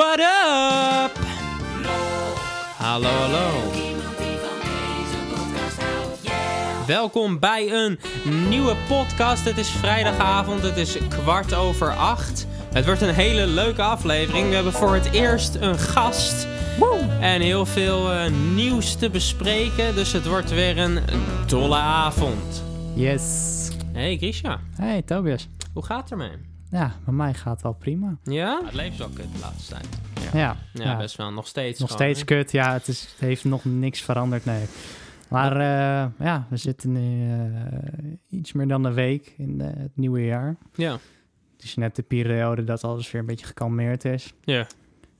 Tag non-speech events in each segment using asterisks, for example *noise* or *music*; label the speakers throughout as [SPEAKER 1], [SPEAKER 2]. [SPEAKER 1] What up? Hallo, hallo. Welkom bij een nieuwe podcast. Het is vrijdagavond, het is kwart over acht. Het wordt een hele leuke aflevering. We hebben voor het eerst een gast en heel veel eh, nieuws te bespreken. Dus het wordt weer een dolle avond.
[SPEAKER 2] Yes.
[SPEAKER 1] Hey Grisha,
[SPEAKER 2] Hey Tobias.
[SPEAKER 1] hoe gaat het ermee?
[SPEAKER 2] Ja, bij mij gaat het wel prima.
[SPEAKER 1] Ja? Het leven is ook kut de laatste tijd.
[SPEAKER 2] Ja, ja,
[SPEAKER 1] Ja, best wel. Nog steeds.
[SPEAKER 2] nog
[SPEAKER 1] gewoon,
[SPEAKER 2] steeds
[SPEAKER 1] hè?
[SPEAKER 2] kut. Ja, het, is, het heeft nog niks veranderd, nee. Maar eh, ja, we zitten nu eh, iets meer dan een week in eh, het nieuwe jaar.
[SPEAKER 1] Ja.
[SPEAKER 2] Het is net de periode dat alles weer een beetje gekalmeerd is.
[SPEAKER 1] Ja.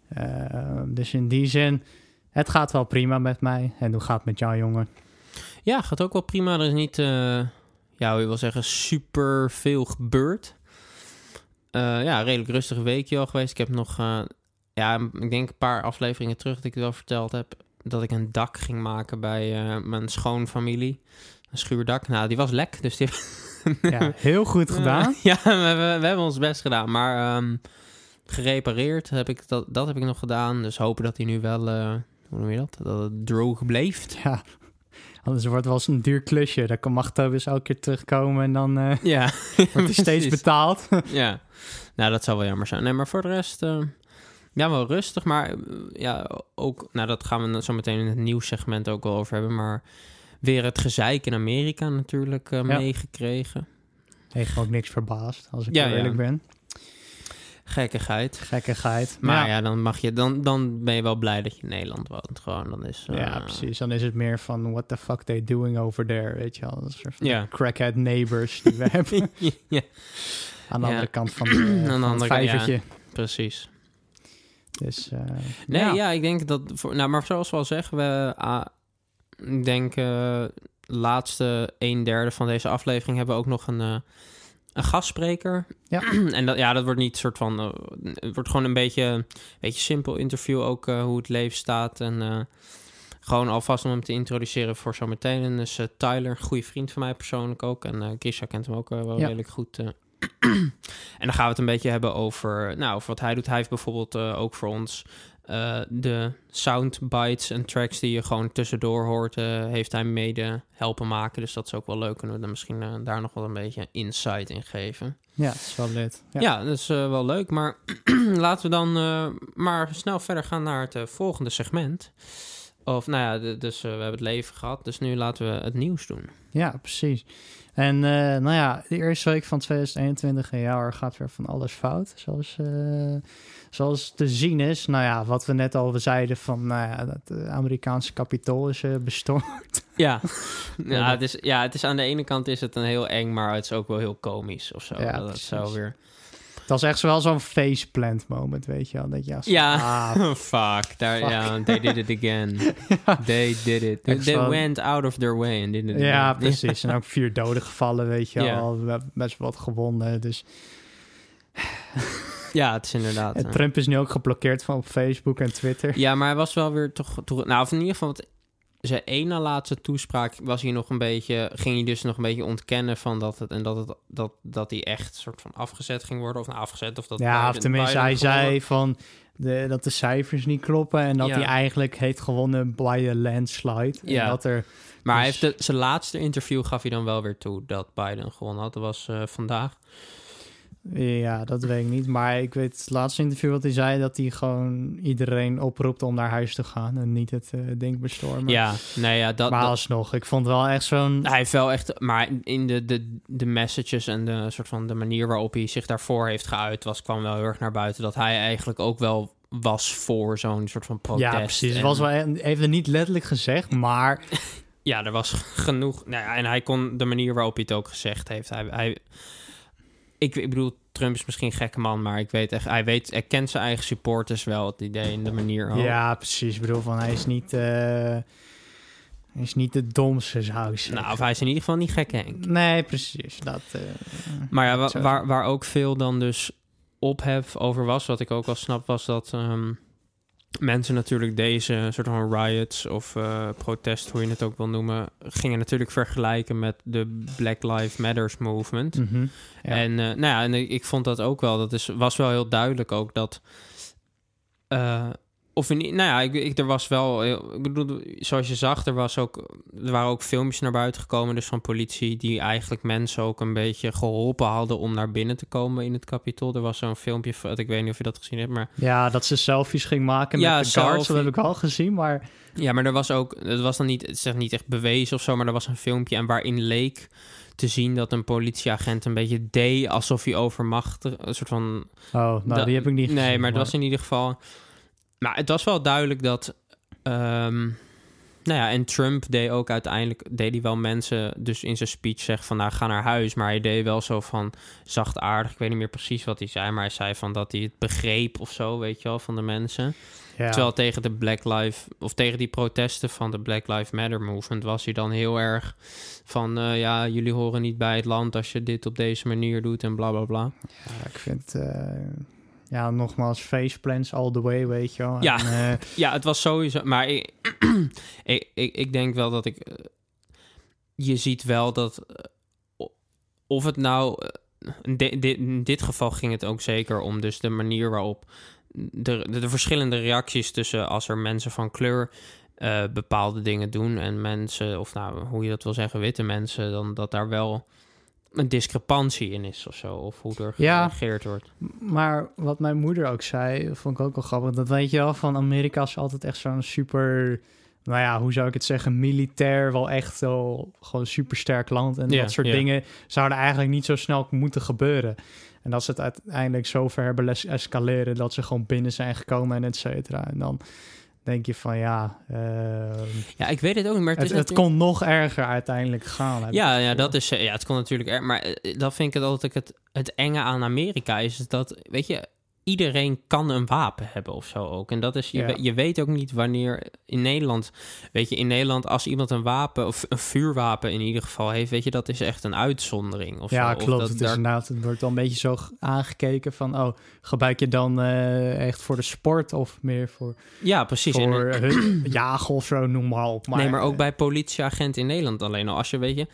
[SPEAKER 2] Eh, dus in die zin, het gaat wel prima met mij. En hoe gaat het met jou, jongen?
[SPEAKER 1] Ja, gaat ook wel prima. Er is niet, eh, ja, ik wil zeggen, super veel gebeurd. Eh, ja, een redelijk rustig weekje al geweest. Ik heb nog, eh, ja, ik denk een paar afleveringen terug dat ik het wel verteld heb. Dat ik een dak ging maken bij eh, mijn schoonfamilie. Een schuurdak. Nou, die was lek, dus die *laughs*
[SPEAKER 2] Ja, heel goed gedaan.
[SPEAKER 1] ja, we hebben, we hebben ons best gedaan. Maar ehm, gerepareerd heb ik dat, dat heb ik nog gedaan. Dus hopen dat hij nu wel, eh, hoe noem je dat? Dat het droog bleef.
[SPEAKER 2] Ja, anders wordt het wel eens een duur klusje. Dan kan- mag Tobias elke keer terugkomen en dan eh,
[SPEAKER 1] *laughs* Ja,
[SPEAKER 2] wordt hij steeds
[SPEAKER 1] Precies.
[SPEAKER 2] betaald.
[SPEAKER 1] Ja, nou dat zou wel jammer zijn. Nee, maar voor de rest, eh, ja, wel rustig. Maar eh, ja, ook, nou dat gaan we zo meteen in het nieuwssegment ook wel over hebben. Maar weer het gezeik in Amerika natuurlijk eh,
[SPEAKER 2] Ja.
[SPEAKER 1] meegekregen.
[SPEAKER 2] Heeft me ook niks verbaasd, als ik
[SPEAKER 1] Ja,
[SPEAKER 2] heel eerlijk
[SPEAKER 1] ja.
[SPEAKER 2] ben.
[SPEAKER 1] Gekkigheid.
[SPEAKER 2] Gekkigheid.
[SPEAKER 1] Maar
[SPEAKER 2] ja,
[SPEAKER 1] ja, dan, mag je, dan, dan ben je wel blij dat je in Nederland woont. Gewoon, dan is... eh,
[SPEAKER 2] ja, precies. Dan is het meer van what the fuck they doing over there, weet je wel. Een soort van
[SPEAKER 1] Ja.
[SPEAKER 2] crackhead neighbors die
[SPEAKER 1] *laughs*
[SPEAKER 2] we hebben.
[SPEAKER 1] *laughs* ja,
[SPEAKER 2] Aan de
[SPEAKER 1] Ja.
[SPEAKER 2] andere kant
[SPEAKER 1] *clears throat*
[SPEAKER 2] van, de, van
[SPEAKER 1] andere
[SPEAKER 2] het
[SPEAKER 1] kant, ja.
[SPEAKER 2] vijvertje.
[SPEAKER 1] precies.
[SPEAKER 2] Dus, eh,
[SPEAKER 1] Nee, ja.
[SPEAKER 2] ja.
[SPEAKER 1] ik denk dat... Voor, nou, maar zoals we al zeggen, we... ah, ik denk, eh, laatste een derde van deze aflevering hebben we ook nog een, eh, een gastspreker.
[SPEAKER 2] Ja.
[SPEAKER 1] *clears throat* en dat, ja, dat wordt niet soort van... eh, het wordt gewoon een beetje, een beetje simpel interview ook eh, hoe het leven staat. En eh, gewoon alvast om hem te introduceren voor zometeen. En dus eh, Tyler, een goede vriend van mij persoonlijk ook. En eh Grisha kent hem ook eh, wel
[SPEAKER 2] Ja.
[SPEAKER 1] redelijk goed. eh. *clears throat* en dan gaan we het een beetje hebben over, nou, over wat hij doet. Hij heeft bijvoorbeeld eh, ook voor ons eh, de soundbites en tracks die je gewoon tussendoor hoort, eh, heeft hij mede helpen maken. Dus dat is ook wel leuk. Kunnen we dan misschien eh, daar nog wel een beetje insight in geven.
[SPEAKER 2] ja, het is wel lid.
[SPEAKER 1] Ja,
[SPEAKER 2] Ja.
[SPEAKER 1] dat is eh, wel leuk. Maar *clears throat* laten we dan eh, maar snel verder gaan naar het eh, volgende segment. Of nou ja, d- dus eh, we hebben het leven gehad. Dus nu laten we het nieuws doen.
[SPEAKER 2] Ja, precies. En eh, nou ja, de eerste week van 2021 en jaar gaat weer van alles fout. Zoals, eh, zoals te zien is. Nou ja, wat we net al zeiden van nou ja, dat eh, Amerikaanse kapitool is eh bestormd.
[SPEAKER 1] Ja,
[SPEAKER 2] Ja,
[SPEAKER 1] *laughs* ja, het is, ja het is aan de ene kant is het een heel eng, maar het is ook wel heel komisch of zo.
[SPEAKER 2] Ja,
[SPEAKER 1] dat het zo
[SPEAKER 2] precies.
[SPEAKER 1] weer.
[SPEAKER 2] Dat is echt wel zo'n faceplant moment, weet je wel. Dat je als-
[SPEAKER 1] Ja.
[SPEAKER 2] Ah,
[SPEAKER 1] *laughs* Fuck, daar,
[SPEAKER 2] Fuck.
[SPEAKER 1] ja, they did it again.
[SPEAKER 2] *laughs*
[SPEAKER 1] They did it. They,
[SPEAKER 2] Echt zo.
[SPEAKER 1] went out of their way and did it
[SPEAKER 2] Ja,
[SPEAKER 1] again.
[SPEAKER 2] precies. En ook vier doden gevallen, weet je
[SPEAKER 1] Ja.
[SPEAKER 2] al. We hebben best wel wat gewonnen. Dus.
[SPEAKER 1] Ja, het is inderdaad.
[SPEAKER 2] En
[SPEAKER 1] eh.
[SPEAKER 2] Trump is nu ook geblokkeerd van op Facebook en Twitter.
[SPEAKER 1] Ja, maar hij was wel weer toch... toch- nou, of in ieder geval... Want zijn ene laatste toespraak was hij nog een beetje... Ging hij dus nog een beetje ontkennen van dat het... En dat, het, dat, dat hij echt soort van afgezet ging worden. Of nou, afgezet of dat...
[SPEAKER 2] ja, of
[SPEAKER 1] Biden-
[SPEAKER 2] tenminste,
[SPEAKER 1] Biden
[SPEAKER 2] hij
[SPEAKER 1] gewonnen.
[SPEAKER 2] zei van de, dat de cijfers niet kloppen. En dat
[SPEAKER 1] Ja.
[SPEAKER 2] hij eigenlijk heeft gewonnen by a landslide.
[SPEAKER 1] Ja.
[SPEAKER 2] En dat er,
[SPEAKER 1] Maar hij
[SPEAKER 2] dus-
[SPEAKER 1] heeft de- zijn laatste interview gaf hij dan wel weer toe dat Biden gewonnen had. Dat was eh, vandaag.
[SPEAKER 2] ja, dat weet ik niet. Maar ik weet het laatste interview wat hij zei... dat hij gewoon iedereen oproept om naar huis te gaan... en niet het eh, ding bestormen.
[SPEAKER 1] ja, nee, ja, dat...
[SPEAKER 2] maar
[SPEAKER 1] dat-
[SPEAKER 2] alsnog, ik vond wel echt zo'n...
[SPEAKER 1] Hij heeft wel echt, maar in de, de, de messages en de soort van de manier waarop hij zich daarvoor heeft geuit, was, kwam wel heel erg naar buiten dat hij eigenlijk ook wel was voor zo'n soort van protest.
[SPEAKER 2] Ja, precies. Het
[SPEAKER 1] En-
[SPEAKER 2] was wel, hij heeft het niet letterlijk gezegd, maar
[SPEAKER 1] Ja, er was genoeg. Nou ja, en hij kon de manier waarop hij het ook gezegd heeft. Hij, hij, ik, ik bedoel, Trump is misschien een gekke man, maar ik weet echt, hij weet, hij kent zijn eigen supporters wel, het idee en de manier. ook.
[SPEAKER 2] Ja, precies. Ik bedoel, van hij is niet, eh, hij is niet de domste, zou ik zeggen.
[SPEAKER 1] Nou, of hij is in ieder geval niet gek, Henk.
[SPEAKER 2] nee, precies. Dat, eh,
[SPEAKER 1] Maar ja, wa-
[SPEAKER 2] Zo.
[SPEAKER 1] waar, waar ook veel dan dus ophef over was, wat ik ook wel snap, was dat ehm, mensen natuurlijk deze soort van riots of eh, protest, hoe je het ook wil noemen, gingen natuurlijk vergelijken met de Black Lives Matters movement.
[SPEAKER 2] mhm. Ja.
[SPEAKER 1] En eh, nou ja, en ik vond dat ook wel. Dat is, was wel heel duidelijk ook dat Eh, of in, nou ja, ik, ik, er was wel, heel- ik bedoel, zoals je zag, er, was ook, er waren ook filmpjes naar buiten gekomen, dus van politie, die eigenlijk mensen ook een beetje geholpen hadden om naar binnen te komen in het kapitol. Er was zo'n filmpje, van, ik weet niet of je dat gezien hebt, maar
[SPEAKER 2] Ja, dat ze selfies ging maken met
[SPEAKER 1] Ja,
[SPEAKER 2] de cards, dat
[SPEAKER 1] selfie.
[SPEAKER 2] heb ik al gezien. Maar
[SPEAKER 1] Ja, maar er was ook, het was dan niet, het is echt niet echt bewezen of zo, maar er was een filmpje en waarin leek te zien dat een politieagent een beetje deed alsof hij overmachtig, een soort van...
[SPEAKER 2] oh, nou,
[SPEAKER 1] dat-
[SPEAKER 2] die heb ik niet gezien.
[SPEAKER 1] Nee, maar het was in ieder geval... Maar het was wel duidelijk dat... ehm, nou ja, en Trump deed ook uiteindelijk, deed hij wel mensen dus in zijn speech zeggen van, nou ga naar huis. Maar hij deed wel zo van zachtaardig, ik weet niet meer precies wat hij zei, maar hij zei van dat hij het begreep of zo, weet je wel, van de mensen.
[SPEAKER 2] Ja.
[SPEAKER 1] Terwijl tegen de Black Lives of tegen die protesten van de Black Lives Matter movement was hij dan heel erg van eh, ja, jullie horen niet bij het land als je dit op deze manier doet en bla bla bla.
[SPEAKER 2] Ja, ik vind... eh, ja, nogmaals, faceplants all the way, weet je wel.
[SPEAKER 1] Ja.
[SPEAKER 2] En, eh,
[SPEAKER 1] Ja, het was sowieso. Maar ik, *clears throat* ik, ik, ik denk wel dat ik. eh, Je ziet wel dat. eh, o- Of het nou. eh, In, di- di- in dit geval ging het ook zeker om dus de manier waarop. De, de, de verschillende reacties tussen als er mensen van kleur eh, bepaalde dingen doen en mensen, of nou hoe je dat wil zeggen, witte mensen, dan dat daar wel een discrepantie in is of zo, of hoe er
[SPEAKER 2] Ja.
[SPEAKER 1] gereageerd wordt.
[SPEAKER 2] Maar wat mijn moeder ook zei, vond ik ook wel grappig. Dat weet je wel, van Amerika is altijd echt zo'n super... Nou ja, hoe zou ik het zeggen? Militair, wel echt wel gewoon super sterk land. En
[SPEAKER 1] Ja,
[SPEAKER 2] dat soort
[SPEAKER 1] ja.
[SPEAKER 2] dingen zouden eigenlijk niet zo snel moeten gebeuren. En dat ze het uiteindelijk zo ver hebben les escaleren... dat ze gewoon binnen zijn gekomen en et cetera. En dan denk je van ja, ehm,
[SPEAKER 1] Ja, ik weet het ook niet, maar het,
[SPEAKER 2] het,
[SPEAKER 1] is
[SPEAKER 2] het
[SPEAKER 1] natuurlijk-
[SPEAKER 2] kon nog erger uiteindelijk gaan. heb ik
[SPEAKER 1] Ja,
[SPEAKER 2] het
[SPEAKER 1] ja,
[SPEAKER 2] gevoel.
[SPEAKER 1] dat is, eh, ja, het kon natuurlijk erg. Maar eh, dat vind ik het altijd het, het enge aan Amerika is dat, weet je, iedereen kan een wapen hebben of zo ook. En dat is, je,
[SPEAKER 2] Ja.
[SPEAKER 1] we- je weet ook niet wanneer in Nederland, weet je, in Nederland als iemand een wapen of een vuurwapen in ieder geval heeft, weet je, dat is echt een uitzondering of
[SPEAKER 2] Ja,
[SPEAKER 1] zo. Of
[SPEAKER 2] klopt.
[SPEAKER 1] dat
[SPEAKER 2] het, is
[SPEAKER 1] daar-
[SPEAKER 2] inderdaad, het wordt al een beetje zo g- aangekeken van... oh, gebruik je dan eh, echt voor de sport of meer voor,
[SPEAKER 1] ja, precies. En-
[SPEAKER 2] voor hun *clears throat* jagen of zo, noem maar op. Maar, eh,
[SPEAKER 1] nee, maar ook bij politieagent in Nederland alleen al. Als je, weet je,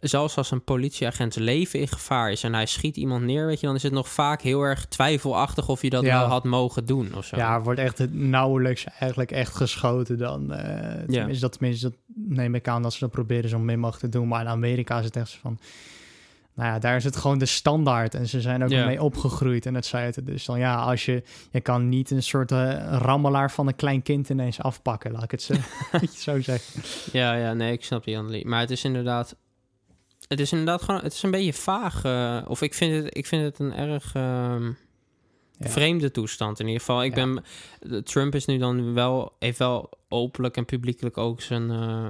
[SPEAKER 1] zelfs als een politieagent leven in gevaar is en hij schiet iemand neer, weet je, dan is het nog vaak heel erg twijfelachtig of je dat
[SPEAKER 2] Ja.
[SPEAKER 1] nou had mogen doen of zo.
[SPEAKER 2] Ja, er wordt echt het nauwelijks eigenlijk echt geschoten dan. eh tenminste, dat, tenminste, dat neem ik aan dat ze dat proberen zo min mogelijk te doen. Maar in Amerika is het echt zo van... Nou ja, daar is het gewoon de standaard. En ze zijn ook
[SPEAKER 1] Ja.
[SPEAKER 2] mee opgegroeid en dat zei het. Dus dan ja, als je... Je kan niet een soort eh, rammelaar van een klein kind ineens afpakken, laat ik
[SPEAKER 1] *laughs*
[SPEAKER 2] het zo, *laughs* zo zeggen.
[SPEAKER 1] Ja, ja, nee, ik snap die analyse. Maar het is inderdaad. Het is inderdaad gewoon. Het is een beetje vaag. eh, of ik vind het, ik vind het een erg. ehm,
[SPEAKER 2] Ja.
[SPEAKER 1] Vreemde toestand in ieder geval. Ik
[SPEAKER 2] Ja.
[SPEAKER 1] ben. de- Trump is nu dan wel. Heeft wel openlijk en publiekelijk ook zijn. eh,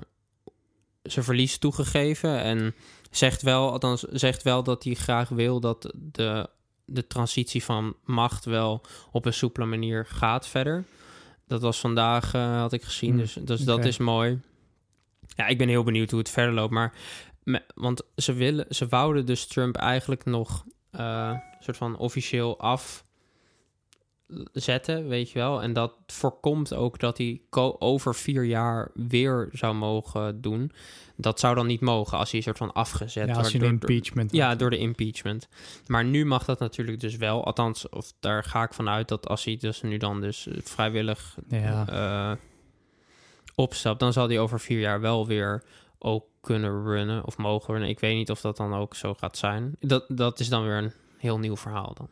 [SPEAKER 1] zijn verlies toegegeven. En zegt wel. Althans, zegt wel dat hij graag wil dat de. De transitie van macht wel op een soepele manier gaat verder. Dat was vandaag, eh, had ik gezien.
[SPEAKER 2] Hmm,
[SPEAKER 1] Dus, dus
[SPEAKER 2] oké.
[SPEAKER 1] dat is mooi. Ja, ik ben heel benieuwd hoe het verder loopt. Maar, me- want ze, willen, ze wouden dus Trump eigenlijk nog eh soort van officieel afzetten, weet je wel. En dat voorkomt ook dat hij ko- over vier jaar weer zou mogen doen. Dat zou dan niet mogen als hij soort van afgezet
[SPEAKER 2] Ja, als je een
[SPEAKER 1] waardoor-
[SPEAKER 2] impeachment
[SPEAKER 1] ja, door de impeachment. Maar nu mag dat natuurlijk dus wel. Althans, of daar ga ik vanuit dat als hij dus nu dan dus eh, vrijwillig
[SPEAKER 2] Ja.
[SPEAKER 1] eh, opstapt, dan zal hij over vier jaar wel weer ook kunnen runnen of mogen runnen. Ik weet niet of dat dan ook zo gaat zijn. Dat, dat is dan weer een heel nieuw verhaal dan.